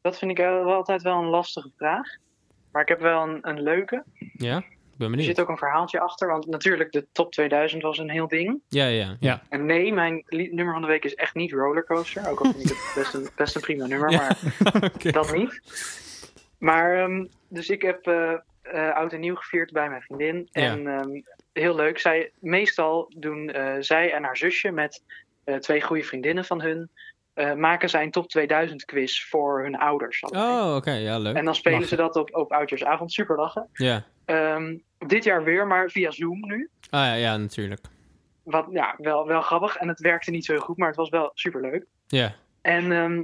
[SPEAKER 4] dat vind ik wel altijd wel een lastige vraag. Maar ik heb wel een, een leuke.
[SPEAKER 1] Ja, ik ben
[SPEAKER 4] Er
[SPEAKER 1] benieuwd.
[SPEAKER 4] zit ook een verhaaltje achter, want natuurlijk, de top 2000 was een heel ding.
[SPEAKER 1] Ja, ja, ja.
[SPEAKER 4] En nee, mijn li- nummer van de week is echt niet Rollercoaster. Ook al
[SPEAKER 1] *laughs*
[SPEAKER 4] vind ik het best een, best een prima nummer,
[SPEAKER 1] Ja.
[SPEAKER 4] maar
[SPEAKER 1] *laughs* Oké.
[SPEAKER 4] dat niet. Maar, ehm, dus ik heb eh, eh, oud en nieuw gevierd bij mijn vriendin.
[SPEAKER 1] Ja.
[SPEAKER 4] En ehm, heel leuk, zij, meestal doen eh, zij en haar zusje met eh, twee goede vriendinnen van hun... eh, maken zij een top 2000 quiz voor hun ouders. allebei.
[SPEAKER 1] Oh, oké. Ja, leuk.
[SPEAKER 4] en dan spelen
[SPEAKER 1] Mag.
[SPEAKER 4] ze dat op, op Oudjaarsavond. Super lachen.
[SPEAKER 1] Ja.
[SPEAKER 4] Ehm, dit jaar weer, maar via Zoom nu.
[SPEAKER 1] Ah ja, ja, natuurlijk.
[SPEAKER 4] Wat ja, wel, wel grappig. En het werkte niet zo heel goed, maar het was wel super leuk.
[SPEAKER 1] Ja.
[SPEAKER 4] En ehm,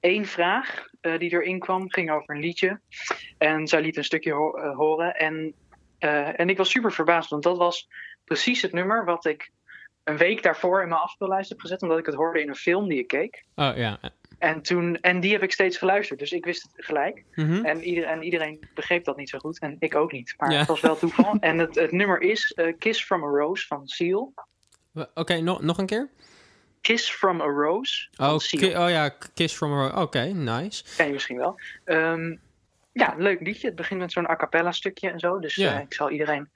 [SPEAKER 4] één vraag eh, die erin kwam ging over een liedje. En zij liet een stukje ho- eh, horen. En, eh, en ik was super verbaasd, want dat was precies het nummer wat ik een week daarvoor in mijn afspeellijst heb gezet. Omdat ik het hoorde in een film die ik keek.
[SPEAKER 1] Oh ja.
[SPEAKER 4] En, toen, en die heb ik steeds geluisterd, dus ik wist het gelijk.
[SPEAKER 1] Mhm.
[SPEAKER 4] En, ieder, en iedereen begreep dat niet zo goed. En ik ook niet. Maar
[SPEAKER 1] Ja.
[SPEAKER 4] het was wel
[SPEAKER 1] *laughs*
[SPEAKER 4] toeval. En het, het nummer is eh, Kiss from a Rose van Seal.
[SPEAKER 1] W- Oké, no- nog een keer?
[SPEAKER 4] Kiss from a Rose. van
[SPEAKER 1] Oh,
[SPEAKER 4] Seal.
[SPEAKER 1] ki- oh ja, k- Kiss from a Rose. Oké, nice.
[SPEAKER 4] Ken je misschien wel. Ehm, ja, leuk liedje. Het begint met zo'n a cappella stukje en zo. Dus
[SPEAKER 1] Ja.
[SPEAKER 4] eh, ik zal iedereen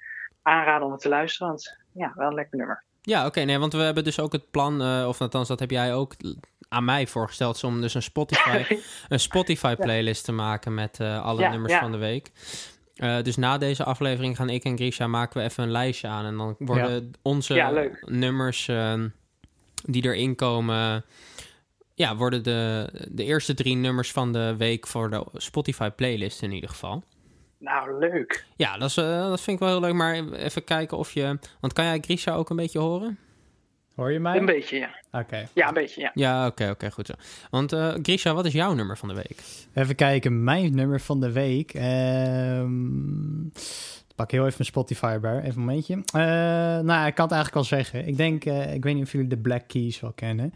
[SPEAKER 4] aanraden om het te luisteren. Want ja, wel een lekker nummer.
[SPEAKER 1] Ja, oké, nee, want we hebben dus ook het plan, eh, of althans dat heb jij ook l- aan mij voorgesteld, om dus een Spotify,
[SPEAKER 4] *laughs*
[SPEAKER 1] een Spotify playlist te maken met eh, alle
[SPEAKER 4] Ja,
[SPEAKER 1] nummers
[SPEAKER 4] ja.
[SPEAKER 1] van de week. Eh, dus na deze aflevering gaan ik en Grisha maken we even een lijstje aan en dan worden onze
[SPEAKER 4] Ja, leuk.
[SPEAKER 1] nummers ehm, die erin komen, ja, worden de, de eerste drie nummers van de week voor de Spotify playlist in ieder geval.
[SPEAKER 4] Nou, leuk.
[SPEAKER 1] Ja, dat, is, eh, dat vind ik wel heel leuk, maar even kijken of je, want kan jij Grisha ook een beetje horen?
[SPEAKER 2] Hoor je mij?
[SPEAKER 4] Een beetje, ja.
[SPEAKER 2] Oké.
[SPEAKER 4] Ja, een beetje, ja.
[SPEAKER 1] Ja, oké, oké, goed zo. Want eh Grisha, wat is jouw nummer van de week?
[SPEAKER 2] Even kijken, mijn nummer van de week. Ehm, ik pak heel even mijn Spotify bij, even een momentje. Eh, nou, ik kan het eigenlijk al zeggen. Ik denk, eh, ik weet niet of jullie de Black Keys wel kennen.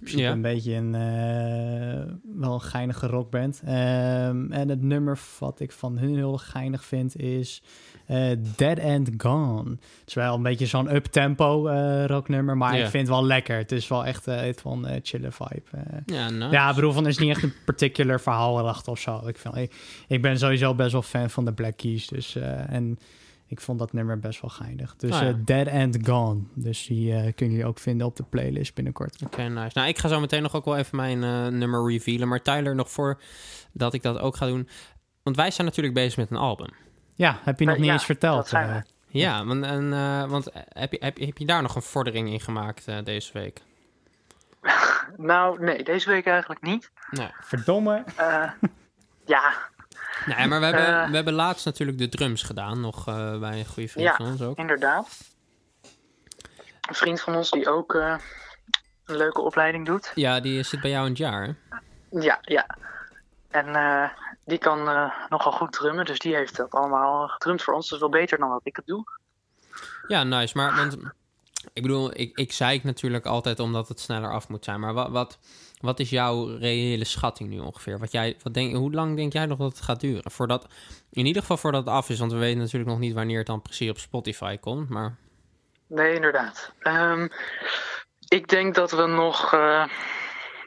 [SPEAKER 2] Misschien
[SPEAKER 1] Ja.
[SPEAKER 2] een beetje een, eh, wel een geinige rockband. Ehm, en het nummer wat ik van hun heel geinig vind is eh, Dead and Gone. Het is wel een beetje zo'n up-tempo eh, rocknummer, maar
[SPEAKER 1] Ja.
[SPEAKER 2] ik vind het wel lekker. Het is wel echt eh, het van eh chille vibe. eh.
[SPEAKER 1] Ja, nou.
[SPEAKER 2] Ja, ik bedoel, van er is niet echt een particular verhaal erachter of zo. Ik, vind, ik, ik ben sowieso best wel fan van de Black Keys. Dus, eh, en ik vond dat nummer best wel geinig. Dus
[SPEAKER 1] Ah, ja.
[SPEAKER 2] eh, Dead and Gone. Dus die eh, kunnen jullie ook vinden op de playlist binnenkort.
[SPEAKER 1] Oké, nice. Nou, ik ga zo meteen nog ook wel even mijn eh, nummer revealen. Maar Tyler, nog voordat ik dat ook ga doen. Want wij zijn natuurlijk bezig met een album.
[SPEAKER 2] Ja, heb je nog
[SPEAKER 4] Eh,
[SPEAKER 2] niet
[SPEAKER 4] ja,
[SPEAKER 2] eens verteld.
[SPEAKER 4] dat zijn we.
[SPEAKER 2] eh.
[SPEAKER 1] Ja, want, en, eh, want heb, je, heb, je- heb je daar nog een vordering in gemaakt eh, deze week?
[SPEAKER 4] Nou, nee, deze week eigenlijk niet.
[SPEAKER 1] Nee.
[SPEAKER 2] verdomme.
[SPEAKER 4] Eh, ja,
[SPEAKER 1] Nee, maar we hebben,
[SPEAKER 4] Eh.
[SPEAKER 1] we hebben laatst natuurlijk de drums gedaan. Nog eh, bij een goede vriend
[SPEAKER 4] Ja.
[SPEAKER 1] van ons ook.
[SPEAKER 4] inderdaad. Een vriend van ons die ook eh, een leuke opleiding doet.
[SPEAKER 1] Ja, die zit bij jou in het jaar. hè?
[SPEAKER 4] Ja, ja. En eh, die kan eh, nogal goed drummen, dus die heeft dat allemaal eh, gedrumd voor ons. Dat is wel beter dan wat ik het doe.
[SPEAKER 1] Ja, nice. Maar want, ik bedoel, ik, ik zei het natuurlijk altijd omdat het sneller af moet zijn. Maar wat, wat, wat is jouw reële schatting nu ongeveer? Wat jij, wat denk, hoe lang denk jij nog dat het gaat duren? Voordat, in ieder geval voordat het af is. Want we weten natuurlijk nog niet wanneer het dan precies op Spotify komt. Maar
[SPEAKER 4] Nee, inderdaad. Ehm, ik denk dat we nog. eh,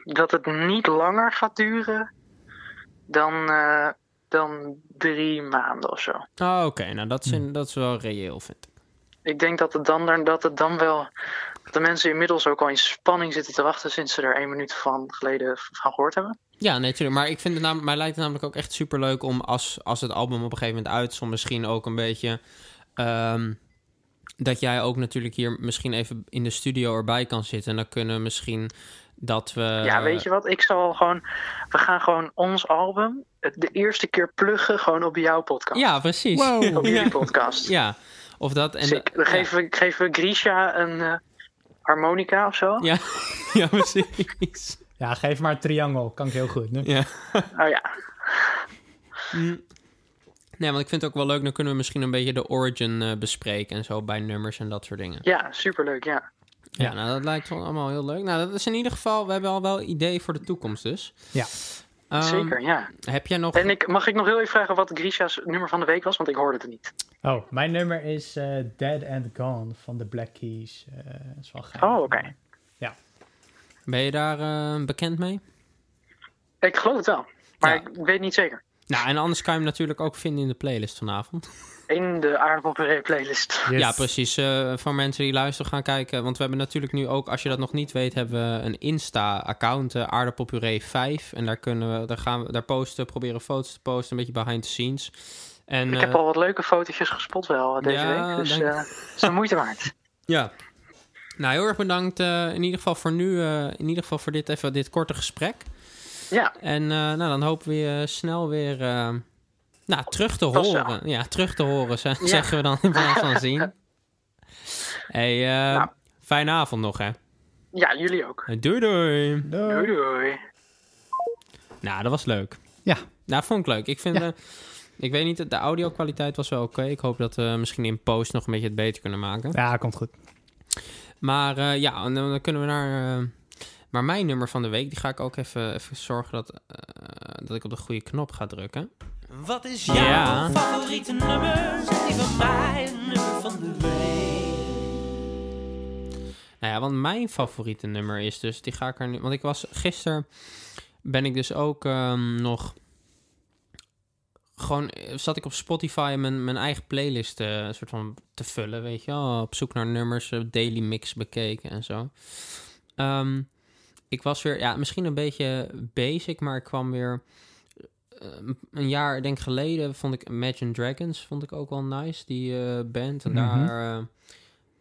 [SPEAKER 4] dat het niet langer gaat duren dan, eh, dan drie maanden of zo.
[SPEAKER 1] Ah, oké. nou, dat is, in- dat is wel reëel, vind ik.
[SPEAKER 4] Ik denk dat het dan, dat het dan wel. dat de mensen inmiddels ook al in spanning zitten te wachten sinds ze er één minuut van geleden van gehoord hebben.
[SPEAKER 1] Ja, nee, natuurlijk. Maar ik vind het namelijk, mij lijkt het namelijk ook echt superleuk om als, als het album op een gegeven moment uit is, om misschien ook een beetje. ehm, dat jij ook natuurlijk hier misschien even in de studio erbij kan zitten. En dan kunnen we misschien dat we.
[SPEAKER 4] Ja, weet je wat? Ik zal gewoon. We gaan gewoon ons album het- de eerste keer pluggen gewoon op jouw podcast.
[SPEAKER 1] Ja, precies.
[SPEAKER 4] Op jullie
[SPEAKER 1] Ja.
[SPEAKER 4] podcast.
[SPEAKER 1] Ja, of dat. En
[SPEAKER 4] Sick. Dan geven we, geven we Grisha een eh, harmonica of zo.
[SPEAKER 1] Ja, *laughs* ja precies.
[SPEAKER 2] Ja, geef maar een triangle. Kan ik heel goed. Nu.
[SPEAKER 1] Ja.
[SPEAKER 4] Oh ja.
[SPEAKER 1] Nee, want ik vind het ook wel leuk. Dan kunnen we misschien een beetje de origin eh, bespreken en zo bij nummers en dat soort dingen.
[SPEAKER 4] Ja, superleuk, ja.
[SPEAKER 1] Ja, nou, dat lijkt wel allemaal heel leuk. Nou, dat is in ieder geval, we hebben al wel idee voor de toekomst dus.
[SPEAKER 2] Ja.
[SPEAKER 1] Ehm,
[SPEAKER 4] Zeker, ja.
[SPEAKER 1] Heb jij nog...
[SPEAKER 4] En ik, mag ik nog heel even vragen wat Grisha's nummer van de week was? Want ik hoorde het niet.
[SPEAKER 2] Oh, mijn nummer is eh, Dead and Gone van de Black Keys. Eh, dat is wel geinig.
[SPEAKER 4] Oh, oké.
[SPEAKER 1] Ben je daar eh, bekend mee?
[SPEAKER 4] Ik geloof het wel. Maar
[SPEAKER 1] Ja.
[SPEAKER 4] ik weet niet zeker.
[SPEAKER 1] Nou, en anders kan je hem natuurlijk ook vinden in de playlist vanavond.
[SPEAKER 4] In de aardappelpuree playlist.
[SPEAKER 2] Yes.
[SPEAKER 1] Ja, precies. eh, voor mensen die luisteren gaan kijken. Want we hebben natuurlijk nu ook, als je dat nog niet weet, hebben we een Insta-account, eh, aardappelpuree 5. En daar kunnen we, daar gaan we, daar posten, proberen foto's te posten, een beetje behind the scenes. En,
[SPEAKER 4] *laughs* Ik
[SPEAKER 1] eh,
[SPEAKER 4] heb al wat leuke fotootjes gespot wel eh, deze
[SPEAKER 1] Ja,
[SPEAKER 4] week. Dus
[SPEAKER 1] dank.
[SPEAKER 4] eh, het is de moeite
[SPEAKER 1] *laughs*
[SPEAKER 4] waard.
[SPEAKER 1] Ja. Nou, heel erg bedankt eh, in ieder geval voor nu, eh, in ieder geval voor dit, even, dit korte gesprek.
[SPEAKER 4] Ja,
[SPEAKER 1] En eh, nou, dan hopen we je snel weer eh, nou, terug te
[SPEAKER 4] Vast wel.
[SPEAKER 1] horen. Ja, terug te horen, ze-
[SPEAKER 4] Ja.
[SPEAKER 1] zeggen we dan in plaats van
[SPEAKER 4] *laughs*
[SPEAKER 1] zien. hey, eh,
[SPEAKER 4] Nou.
[SPEAKER 1] fijne avond nog, hè.
[SPEAKER 4] ja jullie ook.
[SPEAKER 1] Doei, doei.
[SPEAKER 2] Doei.
[SPEAKER 4] Doei doei.
[SPEAKER 1] Nou, dat was leuk.
[SPEAKER 2] Ja.
[SPEAKER 1] Nou, vond ik leuk. Ik vind...
[SPEAKER 2] Ja.
[SPEAKER 1] eh, ik weet niet, de audio-kwaliteit was wel oké. Ik hoop dat we misschien in post nog een beetje het beter kunnen maken.
[SPEAKER 2] Ja, komt goed. *laughs*
[SPEAKER 1] Maar eh, ja, en dan, dan kunnen we naar... eh, maar mijn nummer van de week, die ga ik ook even, even zorgen dat, eh, dat ik op de goede knop ga drukken.
[SPEAKER 3] Wat is jouw
[SPEAKER 1] Ja.
[SPEAKER 3] favoriete nummer? Zet die van mij een nummer van de week.
[SPEAKER 1] Nou ja, want mijn favoriete nummer is dus, die ga ik er nu... Want ik was gisteren, ben ik dus ook ehm, nog... Gewoon eh, zat ik op Spotify mijn, mijn eigen playlist eh, een soort van te vullen, weet je wel. Op zoek naar nummers, eh, daily mix bekeken en zo. Ehm, ik was weer, ja, misschien een beetje basic, maar ik kwam weer... eh, Een jaar, denk ik, geleden vond ik Imagine Dragons vond ik ook wel nice, die eh, band. En
[SPEAKER 2] Mhm.
[SPEAKER 1] daar eh,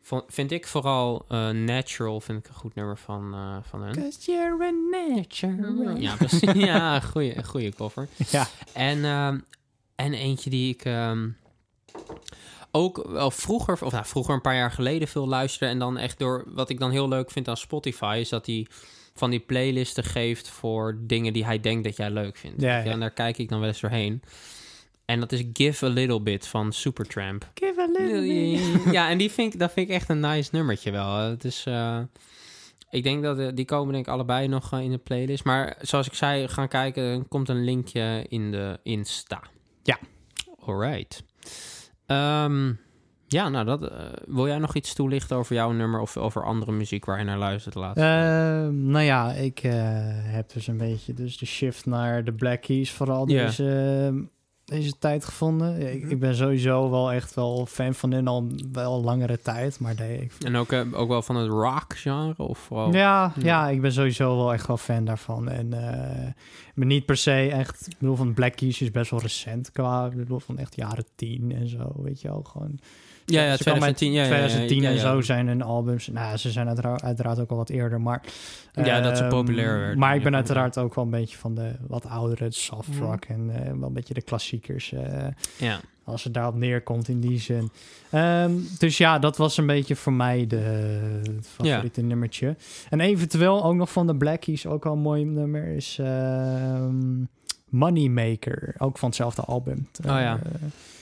[SPEAKER 1] Vo- vind ik vooral eh, Natural vind ik een goed nummer van, eh, van hen.
[SPEAKER 2] you're a natural.
[SPEAKER 1] Ja, precies. *laughs* ja, goeie, goeie cover.
[SPEAKER 2] Ja.
[SPEAKER 1] En, ehm, en eentje die ik ehm, ook wel vroeger, of nou, vroeger een paar jaar geleden veel luisterde. En dan echt door, wat ik dan heel leuk vind aan Spotify, is dat hij van die playlisten geeft voor dingen die hij denkt dat jij leuk vindt.
[SPEAKER 2] Ja,
[SPEAKER 1] Weet je,
[SPEAKER 2] ja.
[SPEAKER 1] En daar kijk ik dan wel eens doorheen. En dat is Give a Little Bit van Supertramp.
[SPEAKER 2] Give a little
[SPEAKER 1] *laughs*
[SPEAKER 2] bit.
[SPEAKER 1] Ja, en die vind ik, dat vind ik echt een nice nummertje wel. Eh, Het is, eh, ik denk dat eh, die komen denk ik allebei nog eh, in de playlist. Maar zoals ik zei, gaan kijken, er komt een linkje in de Insta.
[SPEAKER 2] Ja.
[SPEAKER 1] Alright. Ehm, ja, nou dat, eh, wil jij nog iets toelichten over jouw nummer of over andere muziek waar je naar luistert laatst?
[SPEAKER 2] Ehm, nou ja, ik eh, heb dus een beetje dus de shift naar de Black Keys vooral
[SPEAKER 1] Ja.
[SPEAKER 2] deze, ehm, deze tijd gevonden. Ja, Ik, ik ben sowieso wel echt wel fan van hun al wel langere tijd, maar nee, ik,
[SPEAKER 1] En ook, eh, ook wel van het rock genre of vooral...
[SPEAKER 2] ja, ja, ik ben sowieso wel echt wel fan daarvan. En eh, maar niet per se echt, ik bedoel van Black Keys is best wel recent qua, ik bedoel van echt jaren tien en zo, weet je wel, gewoon
[SPEAKER 1] ja, ja,
[SPEAKER 2] Ze kwamen uit
[SPEAKER 1] 2010. Ja, ja, ja, ja,
[SPEAKER 2] 2010
[SPEAKER 1] ja,
[SPEAKER 2] en
[SPEAKER 1] ja.
[SPEAKER 2] zo zijn hun albums. Nou, ze zijn uiteraard, uiteraard ook al wat eerder, maar...
[SPEAKER 1] Ja,
[SPEAKER 2] eh,
[SPEAKER 1] dat ze populair Mhm. werden.
[SPEAKER 2] Maar ik ben
[SPEAKER 1] Ja.
[SPEAKER 2] uiteraard ook wel een beetje van de wat oudere soft rock en eh, wel een beetje de klassiekers. eh,
[SPEAKER 1] Ja.
[SPEAKER 2] als het daarop neerkomt in die zin. Ehm, dus ja, dat was een beetje voor mij de het favoriete nummertje. En eventueel ook nog van de Blackies, ook al een mooi nummer, is ehm, Moneymaker. Ook van hetzelfde album. Oh
[SPEAKER 1] ja.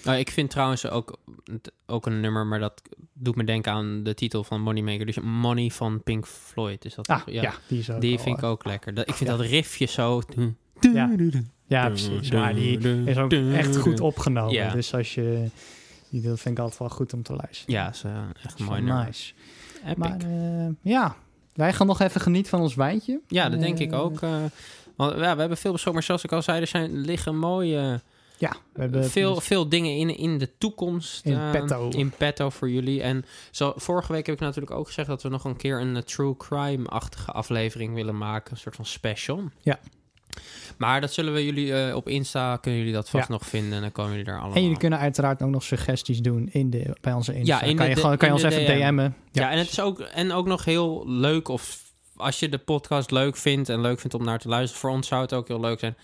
[SPEAKER 1] Nou, ik vind trouwens ook, ook een nummer, maar dat doet me denken aan de titel van Moneymaker. Dus Money van Pink Floyd. Is dat
[SPEAKER 2] ah,
[SPEAKER 1] ja,
[SPEAKER 2] ja, die is ook
[SPEAKER 1] Die
[SPEAKER 2] wel,
[SPEAKER 1] vind ik ook lekker. Dat, ik vind
[SPEAKER 2] ja.
[SPEAKER 1] dat riffje zo...
[SPEAKER 2] Ja. Ja, precies. Maar die is ook echt goed opgenomen.
[SPEAKER 1] Ja.
[SPEAKER 2] Dus als je... Die dat vind ik altijd wel goed om te luisteren.
[SPEAKER 1] Ja, is eh, echt een
[SPEAKER 2] Dat is
[SPEAKER 1] mooi
[SPEAKER 2] wel
[SPEAKER 1] nummer.
[SPEAKER 2] nice.
[SPEAKER 1] Epic.
[SPEAKER 2] Maar eh, ja, wij gaan nog even genieten van ons wijntje.
[SPEAKER 1] ja, dat denk
[SPEAKER 2] eh,
[SPEAKER 1] ik ook. eh, want ja, we hebben veel besproken, maar zoals ik al zei, er zijn, liggen mooie...
[SPEAKER 2] Ja, we hebben
[SPEAKER 1] Eh,
[SPEAKER 2] dus
[SPEAKER 1] veel, veel dingen in, in de toekomst.
[SPEAKER 2] In
[SPEAKER 1] eh,
[SPEAKER 2] petto.
[SPEAKER 1] In petto voor jullie. En zo, vorige week heb ik natuurlijk ook gezegd dat we nog een keer een eh, true crime-achtige aflevering willen maken. Een soort van special.
[SPEAKER 2] Ja.
[SPEAKER 1] Maar dat zullen we jullie eh, op Insta, kunnen jullie dat vast
[SPEAKER 2] Ja.
[SPEAKER 1] nog vinden. En dan komen jullie daar allemaal.
[SPEAKER 2] En jullie kunnen uiteraard ook nog suggesties doen in de, bij onze Insta.
[SPEAKER 1] Ja, in
[SPEAKER 2] kan
[SPEAKER 1] de-
[SPEAKER 2] je, gewoon, kan je
[SPEAKER 1] in
[SPEAKER 2] ons
[SPEAKER 1] de
[SPEAKER 2] even
[SPEAKER 1] DM.
[SPEAKER 2] DM'en.
[SPEAKER 1] ja, en het is ook, en ook nog heel leuk of als je de podcast leuk vindt en leuk vindt om naar te luisteren. Voor ons zou het ook heel leuk zijn.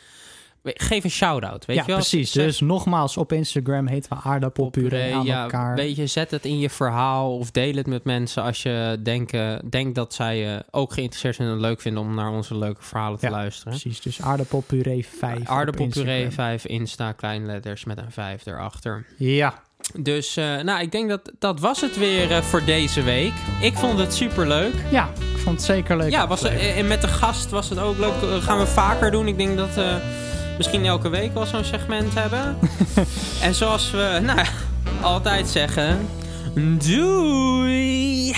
[SPEAKER 1] We- Geef een shout-out, weet
[SPEAKER 2] ja,
[SPEAKER 1] je wel?
[SPEAKER 2] precies.
[SPEAKER 1] Zeg-
[SPEAKER 2] Dus nogmaals, op Instagram heten we aardappelpuree aan
[SPEAKER 1] ja,
[SPEAKER 2] elkaar.
[SPEAKER 1] Weet je, zet het in je verhaal of deel het met mensen als je denken, denkt dat zij eh, ook geïnteresseerd zijn en het leuk vinden om naar onze leuke verhalen te
[SPEAKER 2] Ja,
[SPEAKER 1] luisteren.
[SPEAKER 2] Precies, dus aardappelpuree 5
[SPEAKER 1] Aardappelpuree
[SPEAKER 2] op Instagram.
[SPEAKER 1] 5 Insta, kleinletters met een 5 erachter.
[SPEAKER 2] Ja,
[SPEAKER 1] Dus eh, nou, ik denk dat dat was het weer eh, voor deze week. Ik vond het super leuk.
[SPEAKER 2] ja, ik vond vond het zeker leuk.
[SPEAKER 1] Ja, was,
[SPEAKER 2] aflevering.
[SPEAKER 1] eh, en met de gast was het ook leuk. Eh, gaan we vaker doen. Ik denk dat eh misschien elke week wel zo'n segment hebben. en zoals we nou, ja, altijd zeggen... Doei!